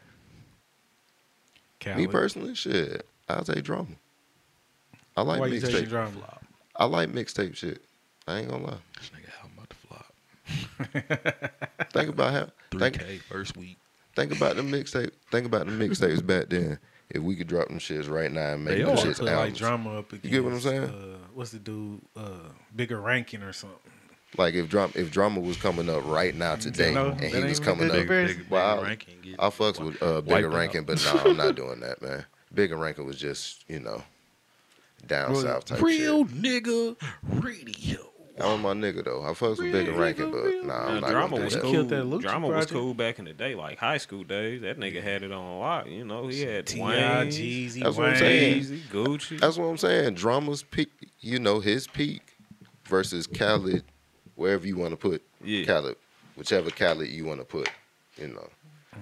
Speaker 2: Me
Speaker 3: Khaled.
Speaker 2: personally, shit, I'll take drama. I like
Speaker 3: Why you taking
Speaker 2: mixtape.
Speaker 3: drama?
Speaker 2: I like mixtape shit. I ain't gonna lie.
Speaker 4: This nigga album about to flop.
Speaker 2: Think about how.
Speaker 4: Three
Speaker 2: Think,
Speaker 4: K first week.
Speaker 2: think about the mixtape. Think about the mixtapes back then. If we could drop them shits right now and make
Speaker 4: They
Speaker 2: them
Speaker 4: are.
Speaker 3: Put
Speaker 2: shits
Speaker 3: like
Speaker 2: albums,
Speaker 3: drama up against.
Speaker 2: get what I'm
Speaker 3: Uh, what's the dude? Uh, bigger ranking or something?
Speaker 2: like if drama if drama was coming up right now today
Speaker 3: know,
Speaker 2: and
Speaker 3: that
Speaker 2: he
Speaker 3: ain't
Speaker 2: was
Speaker 3: even
Speaker 2: coming
Speaker 3: good
Speaker 2: up,
Speaker 3: comparison.
Speaker 4: Big- Big
Speaker 2: Wow.
Speaker 4: Rankin get
Speaker 2: I fucks with uh,
Speaker 4: Wipe
Speaker 2: Bigger
Speaker 4: it out.
Speaker 2: Rankin, but no, I'm not doing that, man. Bigger Rankin was just, you know, down
Speaker 3: Well,
Speaker 2: south type
Speaker 4: real
Speaker 2: shit.
Speaker 4: nigga radio.
Speaker 2: I'm my nigga though. I fucks with Bigger Rankin, but nah, I'm
Speaker 1: Now,
Speaker 2: not
Speaker 1: uh, drama
Speaker 2: gonna
Speaker 1: was
Speaker 2: do
Speaker 3: that.
Speaker 1: cool.
Speaker 2: that.
Speaker 3: Killed that Lucci
Speaker 1: drama was
Speaker 3: project.
Speaker 1: cool back in the day, like high school days. That nigga had it on lock. You know, he had
Speaker 3: Ti,
Speaker 1: Wayne,
Speaker 3: Jeezy,
Speaker 2: That's what I'm
Speaker 3: Wayne.
Speaker 2: saying.
Speaker 1: Jeezy, Gucci.
Speaker 2: That's what I'm saying. Drama's peak, you know, his peak versus Khaled, wherever you want to put
Speaker 1: Yeah.
Speaker 2: Khaled, whichever Khaled you want to put, you know.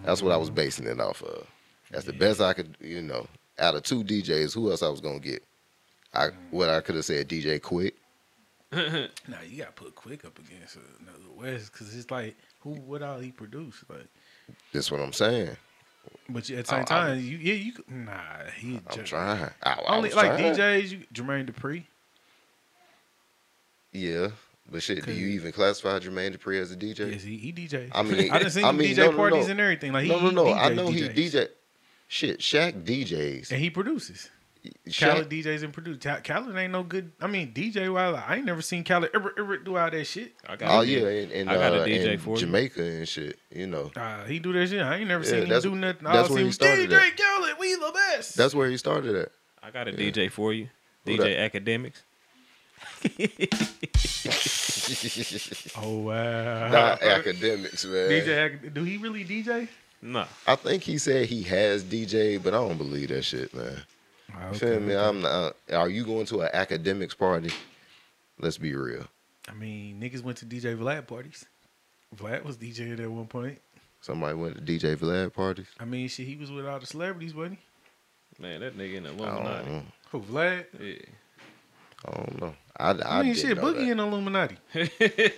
Speaker 2: That's what I
Speaker 1: Mm-hmm.
Speaker 2: was basing it off of. That's the best I could, you know, out of two DJs, who else I was gonna get? I what I could have said DJ Quick.
Speaker 3: Nah, you gotta put Quick up against uh, another West because it's like who? What all he produced? Like.
Speaker 2: That's what I'm saying.
Speaker 3: But you- at the same
Speaker 2: I'm-
Speaker 3: time, you yeah you could- nah he
Speaker 2: I'm
Speaker 3: ju-
Speaker 2: trying. I, I
Speaker 3: only
Speaker 2: was
Speaker 3: like
Speaker 2: trying.
Speaker 3: DJs you, Jermaine Dupri.
Speaker 2: Yeah, but shit, do
Speaker 3: Cause-
Speaker 2: you even classify Jermaine Dupri as a DJ?
Speaker 3: Yes, he, he DJs.
Speaker 2: I mean-
Speaker 3: I done seen
Speaker 2: I
Speaker 3: him
Speaker 2: mean,
Speaker 3: DJ
Speaker 2: no, no,
Speaker 3: parties
Speaker 2: no.
Speaker 3: and everything. Like he,
Speaker 2: no, no, no.
Speaker 3: he
Speaker 2: I know
Speaker 3: DJs.
Speaker 2: he DJ. Shit, Shaq DJs.
Speaker 3: and he produces.
Speaker 2: Shaq,
Speaker 3: Khaled DJs and produces. Khaled ain't no good. I mean DJ wise, like, I ain't never seen Khaled ever ever do all that shit.
Speaker 1: I got
Speaker 2: oh
Speaker 1: it.
Speaker 2: yeah, and, and,
Speaker 1: I got a
Speaker 2: uh,
Speaker 1: DJ
Speaker 2: and
Speaker 1: for you.
Speaker 2: Jamaica and shit. You know,
Speaker 3: Uh, he do that shit. I ain't never
Speaker 2: Yeah,
Speaker 3: seen him
Speaker 2: that's-
Speaker 3: do nothing. Oh,
Speaker 2: that's where
Speaker 3: All I seen
Speaker 2: he
Speaker 3: was
Speaker 2: started
Speaker 3: DJ Khaled, we the best.
Speaker 2: that's where he started at.
Speaker 1: I got a DJ for you,
Speaker 2: Who
Speaker 1: DJ
Speaker 2: that?
Speaker 1: Academics.
Speaker 3: oh wow.
Speaker 2: Not academics, man.
Speaker 3: DJ, Ac- do he really DJ?
Speaker 1: Nah,
Speaker 2: I think he said he has DJ, but I don't believe that shit, man.
Speaker 3: Oh,
Speaker 2: You Feel me? I'm not. uh, Are you going to an academics party? Let's be real.
Speaker 3: I mean, niggas went to DJ Vlad parties. Vlad was DJing at one point.
Speaker 2: Somebody went to DJ Vlad parties.
Speaker 3: I mean, shit, he was with all the celebrities, wasn't he?
Speaker 1: Man, that nigga in the
Speaker 2: I don't,
Speaker 1: Illuminati.
Speaker 2: know.
Speaker 3: Who, Vlad?
Speaker 1: Yeah.
Speaker 2: I don't know. I, I,
Speaker 3: I, mean,
Speaker 2: didn't
Speaker 3: shit,
Speaker 2: know
Speaker 3: Boogie
Speaker 2: that.
Speaker 3: in Illuminati.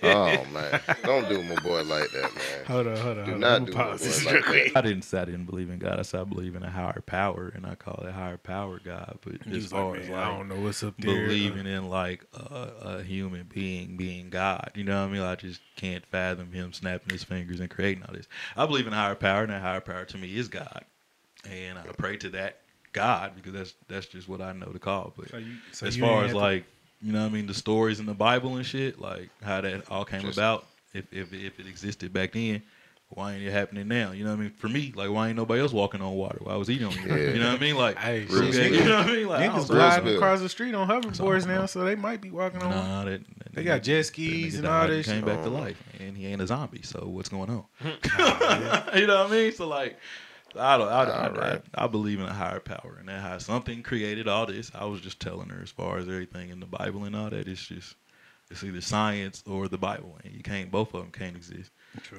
Speaker 2: Oh man, don't do my boy like that, man.
Speaker 3: Hold on, hold on.
Speaker 2: Do
Speaker 3: hold on.
Speaker 2: not
Speaker 3: I'ma
Speaker 2: do my boy
Speaker 3: pause this
Speaker 2: like
Speaker 3: real quick.
Speaker 2: that.
Speaker 4: I didn't say I didn't believe in God. I said I believe in a higher power, and I call it higher power God. But
Speaker 3: He
Speaker 4: as
Speaker 3: was like,
Speaker 4: far
Speaker 3: "Man,
Speaker 4: as
Speaker 3: I
Speaker 4: like
Speaker 3: don't uh, know what's up there.
Speaker 4: believing in like a, a human being being God. You know what I mean? I just can't fathom him snapping his fingers and creating all this. I believe in higher power, and that higher power to me is God, and I pray to that God because that's that's just what I know to call. But
Speaker 3: So you- so
Speaker 4: as
Speaker 3: you
Speaker 4: far
Speaker 3: ain't
Speaker 4: as
Speaker 3: had to-
Speaker 4: like you know what I mean, the stories in the Bible and shit, like how that all came
Speaker 2: Just-
Speaker 4: about, if if if it existed back then. Why ain't it hhappening now? You know what I mean? For me, like, why ain't nobody else walking on water? Why was he on?
Speaker 2: Yeah.
Speaker 4: You know what I mean? Like,
Speaker 3: Hey,
Speaker 4: real
Speaker 2: shit.
Speaker 4: gay- you know what I mean? Like, I
Speaker 3: Niggas
Speaker 4: don't know.
Speaker 2: real
Speaker 3: gliding
Speaker 2: spill.
Speaker 3: across the street on hoverboards
Speaker 4: all,
Speaker 3: now,
Speaker 4: bro.
Speaker 3: so they might be walking on. one.
Speaker 4: Nah, that, that
Speaker 3: They
Speaker 4: nigga-
Speaker 3: got jet
Speaker 4: that
Speaker 3: skis
Speaker 4: nigga
Speaker 3: and
Speaker 4: died
Speaker 3: all that
Speaker 4: Came
Speaker 3: shit. Oh,
Speaker 4: back to life, and he ain't a zombie. So what's going on? you know what I mean? So like, I don't. I, I, I-
Speaker 2: Alright.
Speaker 4: I believe in a higher power, and that how something created all this. I was just telling her as far as everything in the Bible and all that. It's just it's either science or the Bible, and you can't. Both of them can't exist.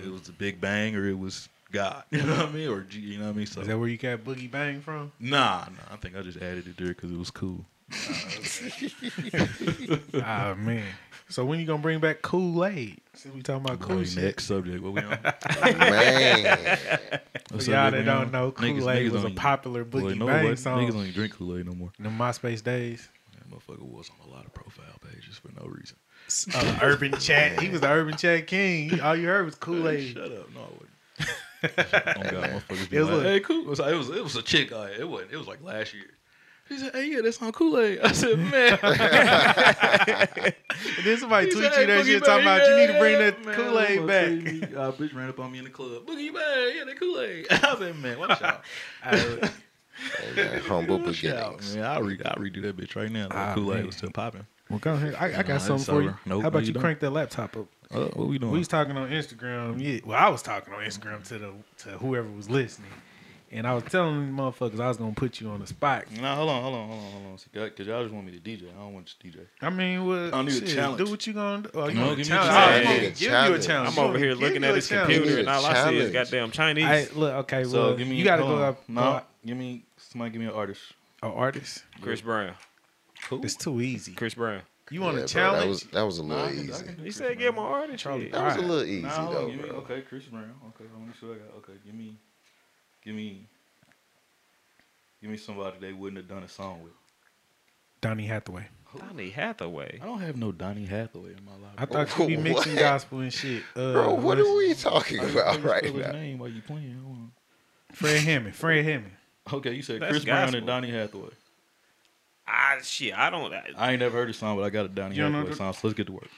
Speaker 4: It was the Big Bang, or it was God. You know what I mean? Or G- you know what I mean? So
Speaker 3: Is that where you got Boogie Bang from?
Speaker 4: nah, nah. I think I just added it there because it was cool.
Speaker 3: Ah man. So when you gonna bring back Kool Aid? Since we talking about cool
Speaker 4: Very
Speaker 3: shit.
Speaker 4: next subject. What we on?
Speaker 2: Man,
Speaker 3: For
Speaker 4: What
Speaker 3: y'all
Speaker 4: subject
Speaker 3: that
Speaker 4: we
Speaker 3: don't
Speaker 4: on?
Speaker 3: know,
Speaker 4: Niggas-
Speaker 3: Kool Aid
Speaker 4: niggas
Speaker 3: was a
Speaker 4: don't-
Speaker 3: popular
Speaker 4: Well,
Speaker 3: Boogie
Speaker 4: no,
Speaker 3: Bang
Speaker 4: what?
Speaker 3: song.
Speaker 4: Niggas don't even drink Kool Aid no more.
Speaker 3: in the MySpace days,
Speaker 4: That motherfucker was on a lot of profile pages for no reason.
Speaker 3: uh, Urban Chat. He was the Urban Chat king. All you heard was Kool
Speaker 4: Hey,
Speaker 3: Aid.
Speaker 4: shut up! No, I wouldn't. oh God, motherfuckers be
Speaker 3: It was
Speaker 4: like,
Speaker 3: a-
Speaker 4: "Hey, cool." It was, it was it was a chick. uh, it wasn't. It was like last year. She said, "Hey, yeah, that's on Kool Aid." I said, "Man."
Speaker 3: And then somebody
Speaker 4: He
Speaker 3: tweet you
Speaker 4: said, "Hey,
Speaker 3: that
Speaker 4: Boogie
Speaker 3: shit talking
Speaker 4: Bang,
Speaker 3: about you need to
Speaker 4: yeah,
Speaker 3: bring
Speaker 4: yeah."
Speaker 3: that
Speaker 4: Man,
Speaker 3: Kool Aid
Speaker 4: motherfucker,
Speaker 3: back.
Speaker 4: he- Uh, bitch ran up on me in the club. Boogie Bang, yeah, that Kool Aid. I said, "Man, watch out,
Speaker 2: Hey, man, humble
Speaker 4: watch out,
Speaker 2: beginnings.
Speaker 4: man." I re- I redo that bitch right now.
Speaker 3: Ah,
Speaker 4: That Kool
Speaker 3: man.
Speaker 4: Aid was still popping.
Speaker 3: Well, go ahead. I, I
Speaker 4: Nah,
Speaker 3: got
Speaker 4: it's
Speaker 3: something for you.
Speaker 4: over. Nope,
Speaker 3: How
Speaker 4: no,
Speaker 3: about
Speaker 4: you
Speaker 3: you
Speaker 4: don't.
Speaker 3: crank that laptop up?
Speaker 4: Uh, what we doing?
Speaker 3: We was talking on Instagram. Yeah, well, I was talking on Instagram to the to whoever was listening, and I was telling these motherfuckers I was gonna put you on the spot.
Speaker 4: no, hold on, hold on, hold on, hold on. See, Cause y'all just want me to DJ. I don't want you to DJ.
Speaker 3: I mean, what?
Speaker 4: I need a
Speaker 3: shit,
Speaker 4: challenge.
Speaker 3: Do what you gonna do? Oh, you
Speaker 4: No,
Speaker 3: want
Speaker 4: give me a
Speaker 3: challenge?
Speaker 4: challenge.
Speaker 3: Oh, I'm
Speaker 4: I
Speaker 3: gonna
Speaker 4: need a
Speaker 3: give you a
Speaker 2: challenge.
Speaker 3: challenge.
Speaker 1: I'm over here
Speaker 3: Give
Speaker 1: looking
Speaker 3: you
Speaker 1: at
Speaker 3: a
Speaker 1: his
Speaker 3: challenge.
Speaker 1: computer, and
Speaker 2: Give me
Speaker 1: all
Speaker 2: a
Speaker 1: I see is
Speaker 2: challenge.
Speaker 1: goddamn Chinese.
Speaker 3: Hey, look, okay, well,
Speaker 4: so give me.
Speaker 3: you gotta
Speaker 4: hold
Speaker 3: go
Speaker 4: on.
Speaker 3: up.
Speaker 4: No,
Speaker 3: No,
Speaker 4: give me somebody. Give me an artist.
Speaker 3: an artist.
Speaker 1: Chris Brown.
Speaker 4: Cool.
Speaker 3: It's too easy.
Speaker 1: Chris Brown.
Speaker 3: You want
Speaker 2: Yeah,
Speaker 3: a
Speaker 2: bro,
Speaker 3: challenge?
Speaker 2: that was that was a little
Speaker 4: Nah, I can- I
Speaker 2: easy.
Speaker 4: can do
Speaker 1: He
Speaker 4: Chris
Speaker 1: said,
Speaker 4: Brown.
Speaker 1: "Give him an artist."
Speaker 3: Charlie.
Speaker 1: shit.
Speaker 2: That was a
Speaker 3: Alright.
Speaker 2: little easy
Speaker 4: Nah, hold on,
Speaker 2: though,
Speaker 4: give me-
Speaker 2: bro.
Speaker 4: okay, Chris Brown. Okay, let me see what I got. Okay, give me, give me, give me somebody they wouldn't have done a song with.
Speaker 3: Donny Hathaway.
Speaker 1: Donny Hathaway.
Speaker 4: I don't have no Donny Hathaway in my life.
Speaker 3: I thought you'd be
Speaker 2: What?
Speaker 3: mixing gospel and shit. Uh,
Speaker 2: Bro, what
Speaker 3: what's-
Speaker 2: are we talking
Speaker 4: I just
Speaker 2: about
Speaker 4: couldn't
Speaker 2: right
Speaker 4: spell his
Speaker 2: now?
Speaker 4: name while you playing. Hold on.
Speaker 3: Fred Hammond. Fred Hammond.
Speaker 4: Okay, you said
Speaker 1: That's
Speaker 4: Chris Brown
Speaker 1: gospel.
Speaker 4: and Donny Hathaway.
Speaker 1: Ah, shit. I don't. I,
Speaker 4: I ain't never heard a song, but I got a Donny
Speaker 3: You don't know
Speaker 4: Hathaway
Speaker 3: the-
Speaker 4: song. So let's get to work.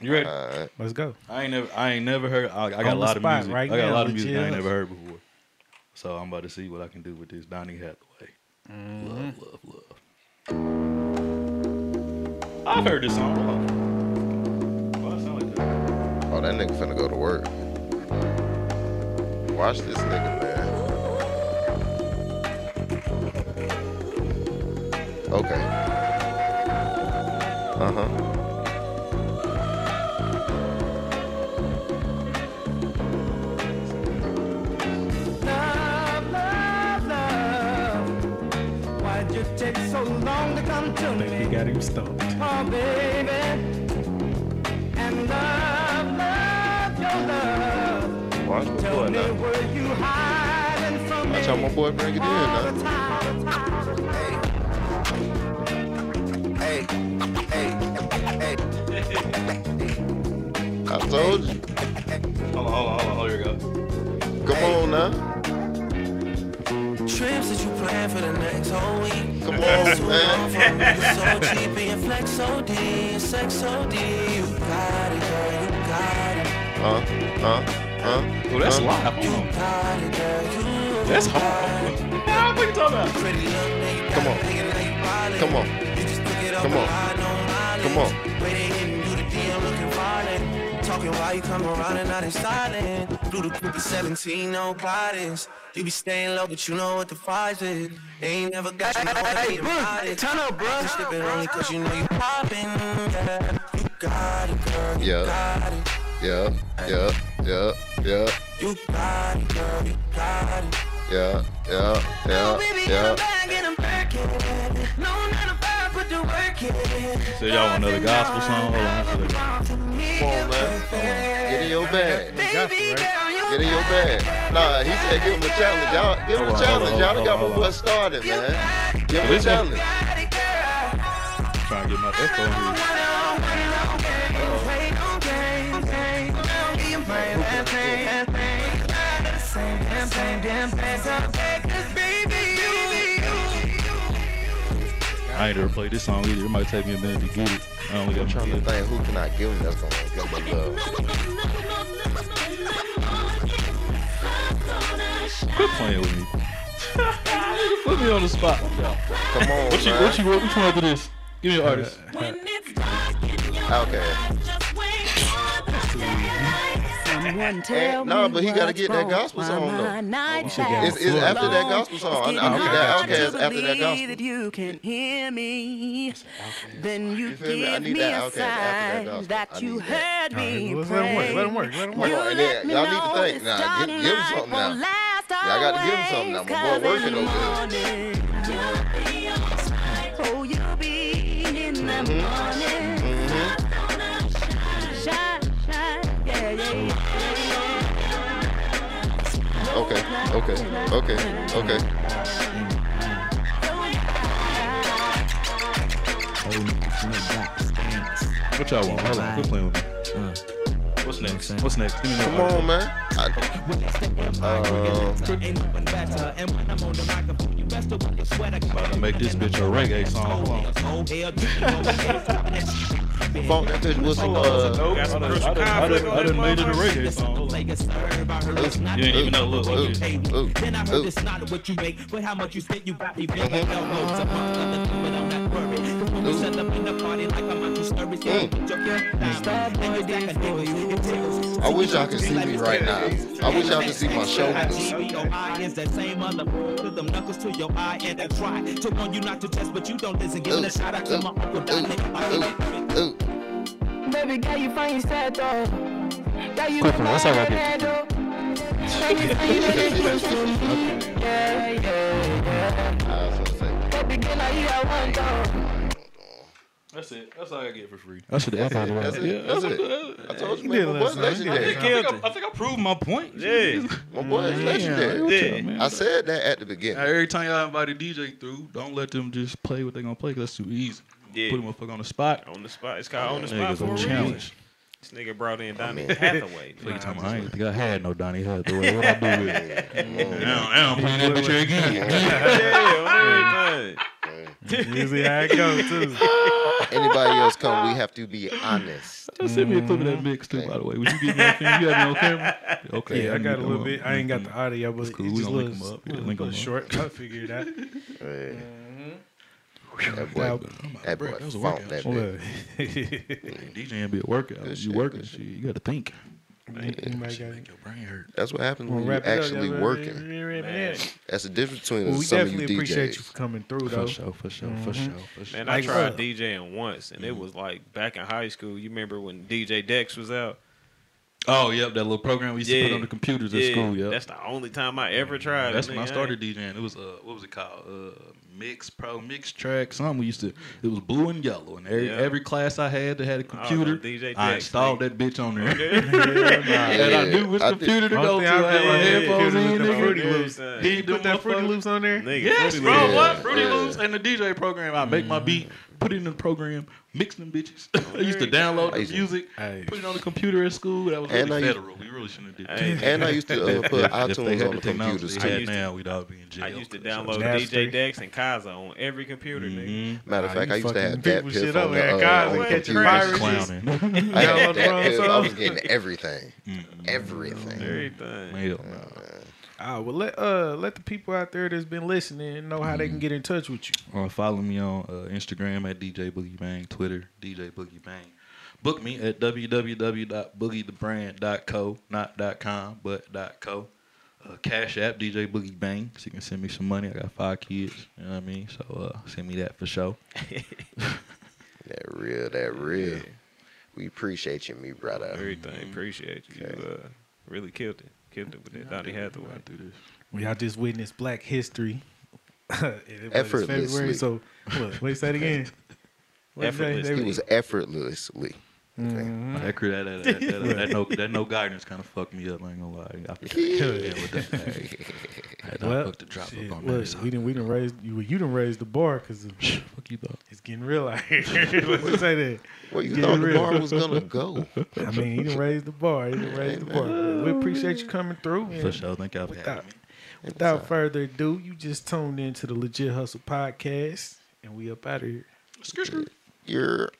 Speaker 4: You ready?
Speaker 2: All right.
Speaker 3: Let's go.
Speaker 4: I ain't never, I ain't never heard. I, I got
Speaker 3: On
Speaker 4: a
Speaker 3: the
Speaker 4: lot of
Speaker 3: spot
Speaker 4: music.
Speaker 3: right
Speaker 4: I got
Speaker 3: now,
Speaker 4: a lot of music I ain't
Speaker 3: legit.
Speaker 4: never heard before. So I'm about to see what I can do with this Donny Hathaway. Love, love, love. I've heard this song. Hold on. Why it sound like that?
Speaker 2: Oh, that nigga finna go to work. Watch this nigga, man. Okay. Uh huh.
Speaker 5: Why'd you take so long to come to
Speaker 3: I think
Speaker 5: me?
Speaker 3: we got him stumped.
Speaker 5: Oh, baby. And love, love, your love.
Speaker 2: Watch my boy
Speaker 5: Tell me,
Speaker 2: now.
Speaker 5: were you hiding from
Speaker 2: Watch uh? how my
Speaker 5: me?
Speaker 2: boy bring it in
Speaker 5: All
Speaker 2: now.
Speaker 5: the time,
Speaker 2: I told you.
Speaker 4: Hold on, hold on, hold on. Here we go.
Speaker 2: Come on now.
Speaker 6: Trips that you plan for the next whole week.
Speaker 2: Come on, man.
Speaker 6: man. so cheap being flex OD, sex OD. You got it, girl, you got it.
Speaker 2: Uh, uh, uh.
Speaker 4: Oh, that's
Speaker 2: uh.
Speaker 4: live. Hold on.
Speaker 6: Got it, girl, you
Speaker 4: That's hard. What you talking about?
Speaker 6: pretty little nigga.
Speaker 2: Come on. Come on.
Speaker 6: You just took it up
Speaker 2: Come on.
Speaker 6: and lied on mileage.
Speaker 2: Come on.
Speaker 6: Way they hitting you the DM looking violent. Talking while you come around and not in silent. Blue the group of 17, no guidance. You be staying low, but you know what the price is. They ain't never got you, know what they invited. Turn up, bro. Just dipping only cause you know you popping. Yeah. You got it, girl. You
Speaker 2: Yeah.
Speaker 6: got it.
Speaker 2: Yeah, yeah, yeah, yeah,
Speaker 6: You got it, girl, you got it.
Speaker 2: yeah, yeah,
Speaker 6: Oh,
Speaker 2: yeah,
Speaker 6: baby, get 'em
Speaker 2: yeah.
Speaker 6: back, get 'em back in. No nine to five, put the work in.
Speaker 4: So y'all want another gospel song? Hold on, hold on.
Speaker 2: Get in your bag.
Speaker 6: Baby, girl, you
Speaker 2: Get in your bag. Nah, he said give him a challenge. Y'all, give him
Speaker 4: Hold
Speaker 2: a
Speaker 4: on,
Speaker 2: challenge.
Speaker 4: hold on,
Speaker 2: Y'all done
Speaker 4: hold
Speaker 2: got
Speaker 4: on,
Speaker 2: my
Speaker 4: hold on.
Speaker 2: bus started, man. Give him a
Speaker 4: Listen.
Speaker 2: challenge.
Speaker 6: got it, girl.
Speaker 4: I'm trying to get my best on here. I ain't ever played this song either. It might take me a minute to get it. I only got
Speaker 2: trying to
Speaker 4: trying to.
Speaker 2: think who can I give him that song. Give him a love.
Speaker 6: uh,
Speaker 4: Quit playing with me. Put me on the spot.
Speaker 2: Come on,
Speaker 4: What you,
Speaker 2: man.
Speaker 4: what you, what you want to do this? Give me an artist.
Speaker 2: Okay.
Speaker 7: Someone
Speaker 2: Eh,
Speaker 7: tell
Speaker 2: nah,
Speaker 7: me
Speaker 2: but he gotta
Speaker 7: what's
Speaker 2: get that
Speaker 7: wrong.
Speaker 2: gospel
Speaker 7: Why
Speaker 2: song, though.
Speaker 7: my nights
Speaker 3: should get
Speaker 7: last
Speaker 2: It's, it's
Speaker 7: so
Speaker 2: after that
Speaker 7: long.
Speaker 2: gospel song. I,
Speaker 7: It's
Speaker 2: I
Speaker 7: getting
Speaker 2: need that
Speaker 7: hard to
Speaker 2: outcast after that
Speaker 7: believe
Speaker 2: gospel.
Speaker 7: that you can hear me. Then you,
Speaker 2: You feel
Speaker 7: give
Speaker 2: me? I need
Speaker 7: me
Speaker 2: that
Speaker 7: a
Speaker 2: outcast after that
Speaker 7: sign
Speaker 2: gospel. I
Speaker 7: that you
Speaker 2: need that.
Speaker 7: heard me
Speaker 3: All right,
Speaker 7: pray.
Speaker 3: well, let him work. Let
Speaker 7: You
Speaker 3: him work. Let him work.
Speaker 2: Hold on, and
Speaker 7: let
Speaker 2: then
Speaker 7: me
Speaker 2: y'all need to
Speaker 7: know
Speaker 2: think.
Speaker 7: this
Speaker 2: Nah,
Speaker 7: dark
Speaker 2: give- give him
Speaker 7: night
Speaker 2: something
Speaker 7: won't
Speaker 2: now.
Speaker 7: last
Speaker 2: Y'all gotta give him something now.
Speaker 7: always,
Speaker 2: My boy
Speaker 7: 'cause
Speaker 2: working
Speaker 7: in the
Speaker 2: over Mm-hmm.
Speaker 7: morning, Oh, you'll be in the morning.
Speaker 2: Mm-hmm.
Speaker 7: Shine, shine, yeah, yeah, yeah,
Speaker 2: Okay, okay, okay, okay.
Speaker 4: What y'all want? Hold on. Quit playing with me. What's next? What's next? Give me
Speaker 2: Come on, man. I, uh,
Speaker 4: About to make this bitch a reggae song. Hold on.
Speaker 2: funk that bitch with some. Uh,
Speaker 1: Got some crucial
Speaker 4: I
Speaker 1: conflict
Speaker 4: done, I
Speaker 1: on that
Speaker 4: done made it a
Speaker 1: motherfucker.
Speaker 4: reggae song. Hold on. You ain't even know. Look,
Speaker 2: ooh,
Speaker 4: look. here.
Speaker 2: ooh,
Speaker 8: Then I
Speaker 2: ooh. Uh-huh.
Speaker 8: heard it's not what you make, but how much you spent. You got me banging elbows among other things, but I'm not worried. 'Cause when we set up in the party like I'm out to
Speaker 2: Mm.
Speaker 8: service, yeah, you put your girl down, and you stack a nigga, it tickles.
Speaker 2: I wish y'all could see me right now. I wish y'all could see my shoulders.
Speaker 8: G-O-I is that same motherfucker. Put them knuckles to your eye and I try to warn you not to test, but you don't listen. Give it a shout out to my uncle Dominic. I hate it.
Speaker 2: Ooh, ooh, ooh.
Speaker 5: Baby, girl, you find sad though. Girl, you
Speaker 9: Quick one, what's that record?
Speaker 5: mad, though. Baby, girl, you know that you should be. Yeah, yeah, yeah.
Speaker 2: I was gonna say,
Speaker 5: Baby, girl, I hear one though.
Speaker 4: That's it. That's all I get for free.
Speaker 9: That should have ended.
Speaker 2: That's it. That's it. I told you,
Speaker 3: did
Speaker 2: man, my boy's
Speaker 3: last night.
Speaker 1: I
Speaker 2: legendary.
Speaker 1: think
Speaker 4: I, I think I proved my point.
Speaker 1: Yeah,
Speaker 2: My boy's legendary.
Speaker 1: yeah.
Speaker 2: I said that at the beginning.
Speaker 4: Now, every time y'all invite a DJ through, don't let them just play what they gonna play because that's too easy.
Speaker 1: Yeah.
Speaker 4: Put them motherfucker on the spot.
Speaker 1: On the spot. It's called on the spot
Speaker 4: Niggas
Speaker 1: for a
Speaker 4: a
Speaker 1: reason.
Speaker 4: challenge.
Speaker 1: This nigga brought in Donny Hathaway.
Speaker 4: Nigga talking about, I ain't think I had no Donnie Hathaway. What I do with it?
Speaker 2: Mm,
Speaker 4: Now, now I'm playing that bitch again.
Speaker 1: yeah, on everything.
Speaker 3: Usually how it goes too.
Speaker 2: Anybody else come, we have to be honest.
Speaker 4: Just send me a clip of that mix too, by the way. Would you get me on film? You have me on camera? Okay.
Speaker 3: Yeah, I got a
Speaker 4: need
Speaker 3: little
Speaker 4: them
Speaker 3: bit.
Speaker 4: up.
Speaker 3: I ain't got the audio, but
Speaker 4: cool.
Speaker 3: it
Speaker 4: We
Speaker 3: just
Speaker 4: gonna link
Speaker 3: looks
Speaker 4: 'em up. Yeah,
Speaker 3: little-
Speaker 4: link 'em
Speaker 3: little
Speaker 4: up.
Speaker 3: short. I figured that.
Speaker 2: Yeah.
Speaker 3: Mm-hmm.
Speaker 2: That
Speaker 4: That,
Speaker 2: boy,
Speaker 4: I'm out
Speaker 2: that
Speaker 4: of breath.
Speaker 2: boy
Speaker 4: that was a
Speaker 2: funk
Speaker 4: workout.
Speaker 2: that bitch.
Speaker 3: Look,
Speaker 4: DJing be a workout.
Speaker 2: Good
Speaker 4: you
Speaker 2: shit,
Speaker 4: working
Speaker 2: good
Speaker 4: shit. You gotta think.
Speaker 3: you might got
Speaker 4: Make your brain hurt.
Speaker 2: That's what happens
Speaker 3: We'll
Speaker 2: when you
Speaker 3: wrap it up,
Speaker 2: actually
Speaker 3: y'all.
Speaker 2: working.
Speaker 1: Man,
Speaker 2: That's the difference between
Speaker 3: Well, we
Speaker 2: some of you
Speaker 3: definitely
Speaker 2: DJs.
Speaker 3: appreciate you for coming through,
Speaker 4: For
Speaker 3: though.
Speaker 4: sure, for sure, for sure, for sure.
Speaker 1: man I
Speaker 3: Like
Speaker 1: tried
Speaker 3: what?
Speaker 1: DJing once, and it
Speaker 4: Mm-hmm.
Speaker 1: was like back in high school. You remember when DJ Dex was out?
Speaker 4: Oh, yep, that little program we used to put
Speaker 1: Yeah.
Speaker 4: on the computers at
Speaker 1: yeah,
Speaker 4: school. Yep. Mm-hmm.
Speaker 1: that's the only time I ever tried. it,
Speaker 4: That's when I
Speaker 1: nigga.
Speaker 4: started DJing. It was uh, what was it called? Uh, mix pro mix track. Something we used to. It was blue and yellow, and every
Speaker 1: Yeah.
Speaker 4: every class I had that had a
Speaker 1: I was
Speaker 4: computer,
Speaker 1: on DJ
Speaker 4: I
Speaker 1: Dex,
Speaker 4: installed
Speaker 1: nigga.
Speaker 4: that bitch on there,
Speaker 2: Yeah,
Speaker 4: and I knew which
Speaker 2: I did-
Speaker 4: computer to
Speaker 3: Only
Speaker 4: go
Speaker 3: thing
Speaker 4: to. I
Speaker 3: I
Speaker 4: had
Speaker 3: played on
Speaker 4: my
Speaker 3: the
Speaker 4: headphones
Speaker 3: computer was
Speaker 4: in.
Speaker 3: the
Speaker 4: nigga.
Speaker 3: Fruity
Speaker 1: Yeah,
Speaker 3: Loops.
Speaker 1: son.
Speaker 4: He
Speaker 3: You put that Fruity Loops on there.
Speaker 1: Nigga,
Speaker 4: Yes,
Speaker 1: Fruity
Speaker 4: bro.
Speaker 1: Loops.
Speaker 4: what?
Speaker 2: Yeah,
Speaker 4: Fruity
Speaker 2: yeah.
Speaker 4: Loops and the DJ program. I make my beat, put it in the program, mix them bitches. I used to download the
Speaker 2: Amazing.
Speaker 4: music,
Speaker 3: Hey.
Speaker 4: put it on the computer at school. That was
Speaker 2: And
Speaker 4: really
Speaker 2: I used-
Speaker 4: federal. We really shouldn't have did
Speaker 1: Hey,
Speaker 4: that.
Speaker 2: And I used to uh, put
Speaker 4: If they
Speaker 2: iTunes
Speaker 4: had
Speaker 2: on the
Speaker 4: technology
Speaker 2: computers
Speaker 4: they
Speaker 1: I
Speaker 2: too.
Speaker 4: had
Speaker 1: used to-
Speaker 4: now, we'd all be in jail.
Speaker 1: I used to
Speaker 4: for that.
Speaker 1: download
Speaker 3: Nasty.
Speaker 1: DJ Dex and Kaza on every computer. Nigga.
Speaker 4: Mhm.
Speaker 2: Matter of
Speaker 3: Nah,
Speaker 2: fact,
Speaker 3: you
Speaker 2: I used to
Speaker 3: fucking
Speaker 2: have that
Speaker 3: people shit
Speaker 2: piff
Speaker 3: up
Speaker 2: on
Speaker 3: at
Speaker 2: the,
Speaker 3: guys
Speaker 2: uh, on
Speaker 3: and
Speaker 2: the
Speaker 3: catch
Speaker 2: computer.
Speaker 3: viruses.
Speaker 4: Clowning.
Speaker 2: I had
Speaker 3: Download the wrong
Speaker 2: that piff. I was
Speaker 3: songs.
Speaker 2: getting everything. Everything.
Speaker 1: Everything.
Speaker 4: Hell
Speaker 3: Ah, well, let uh let the people out there that's been listening know how they
Speaker 4: Mm-hmm.
Speaker 3: can get in touch with you.
Speaker 4: no. Or follow me on uh, Instagram at DJ Boogie Bang, Twitter DJ Boogie Bang. Book me at www.boogiethebrand.co, not .com, but .co. Uh, Cash App DJ Boogie Bang, so you can send me some money. I got five kids, you know what I mean? So uh, send me that for sure.
Speaker 2: That real, that real. We appreciate you, me brother.
Speaker 1: Everything. Appreciate you.
Speaker 2: Okay.
Speaker 1: Uh, Really killed it. Killed it with that Donny Hathaway.
Speaker 4: do this.
Speaker 3: We all just witnessed Black History. And it was
Speaker 2: Effortlessly.
Speaker 3: February, so what? Wait, say it again. What'd you say,
Speaker 1: Effortless.
Speaker 2: He
Speaker 3: David?
Speaker 2: was effortlessly. Okay.
Speaker 4: That, crew- that, that, that, that, that, no, that no guidance kind of fucked me up. I ain't gonna lie. I, yeah, with that, I had not
Speaker 3: Well,
Speaker 4: fucked the drop
Speaker 3: shit,
Speaker 4: up on
Speaker 3: look,
Speaker 4: that. So,
Speaker 3: we didn't we didn't raise you you didn't raise the bar because
Speaker 4: fuck you though.
Speaker 3: it's getting real out here. Let's just say that.
Speaker 2: Well, you
Speaker 3: Get
Speaker 2: thought the
Speaker 3: real.
Speaker 2: bar was gonna go.
Speaker 3: I mean, he didn't raise the bar. He didn't raise the bar. We appreciate you coming through. and
Speaker 4: For sure. Thank y'all for having
Speaker 3: Without,
Speaker 4: me.
Speaker 3: without further ado, you just tuned into the Legit Hustle podcast, and we up out of here.
Speaker 2: You're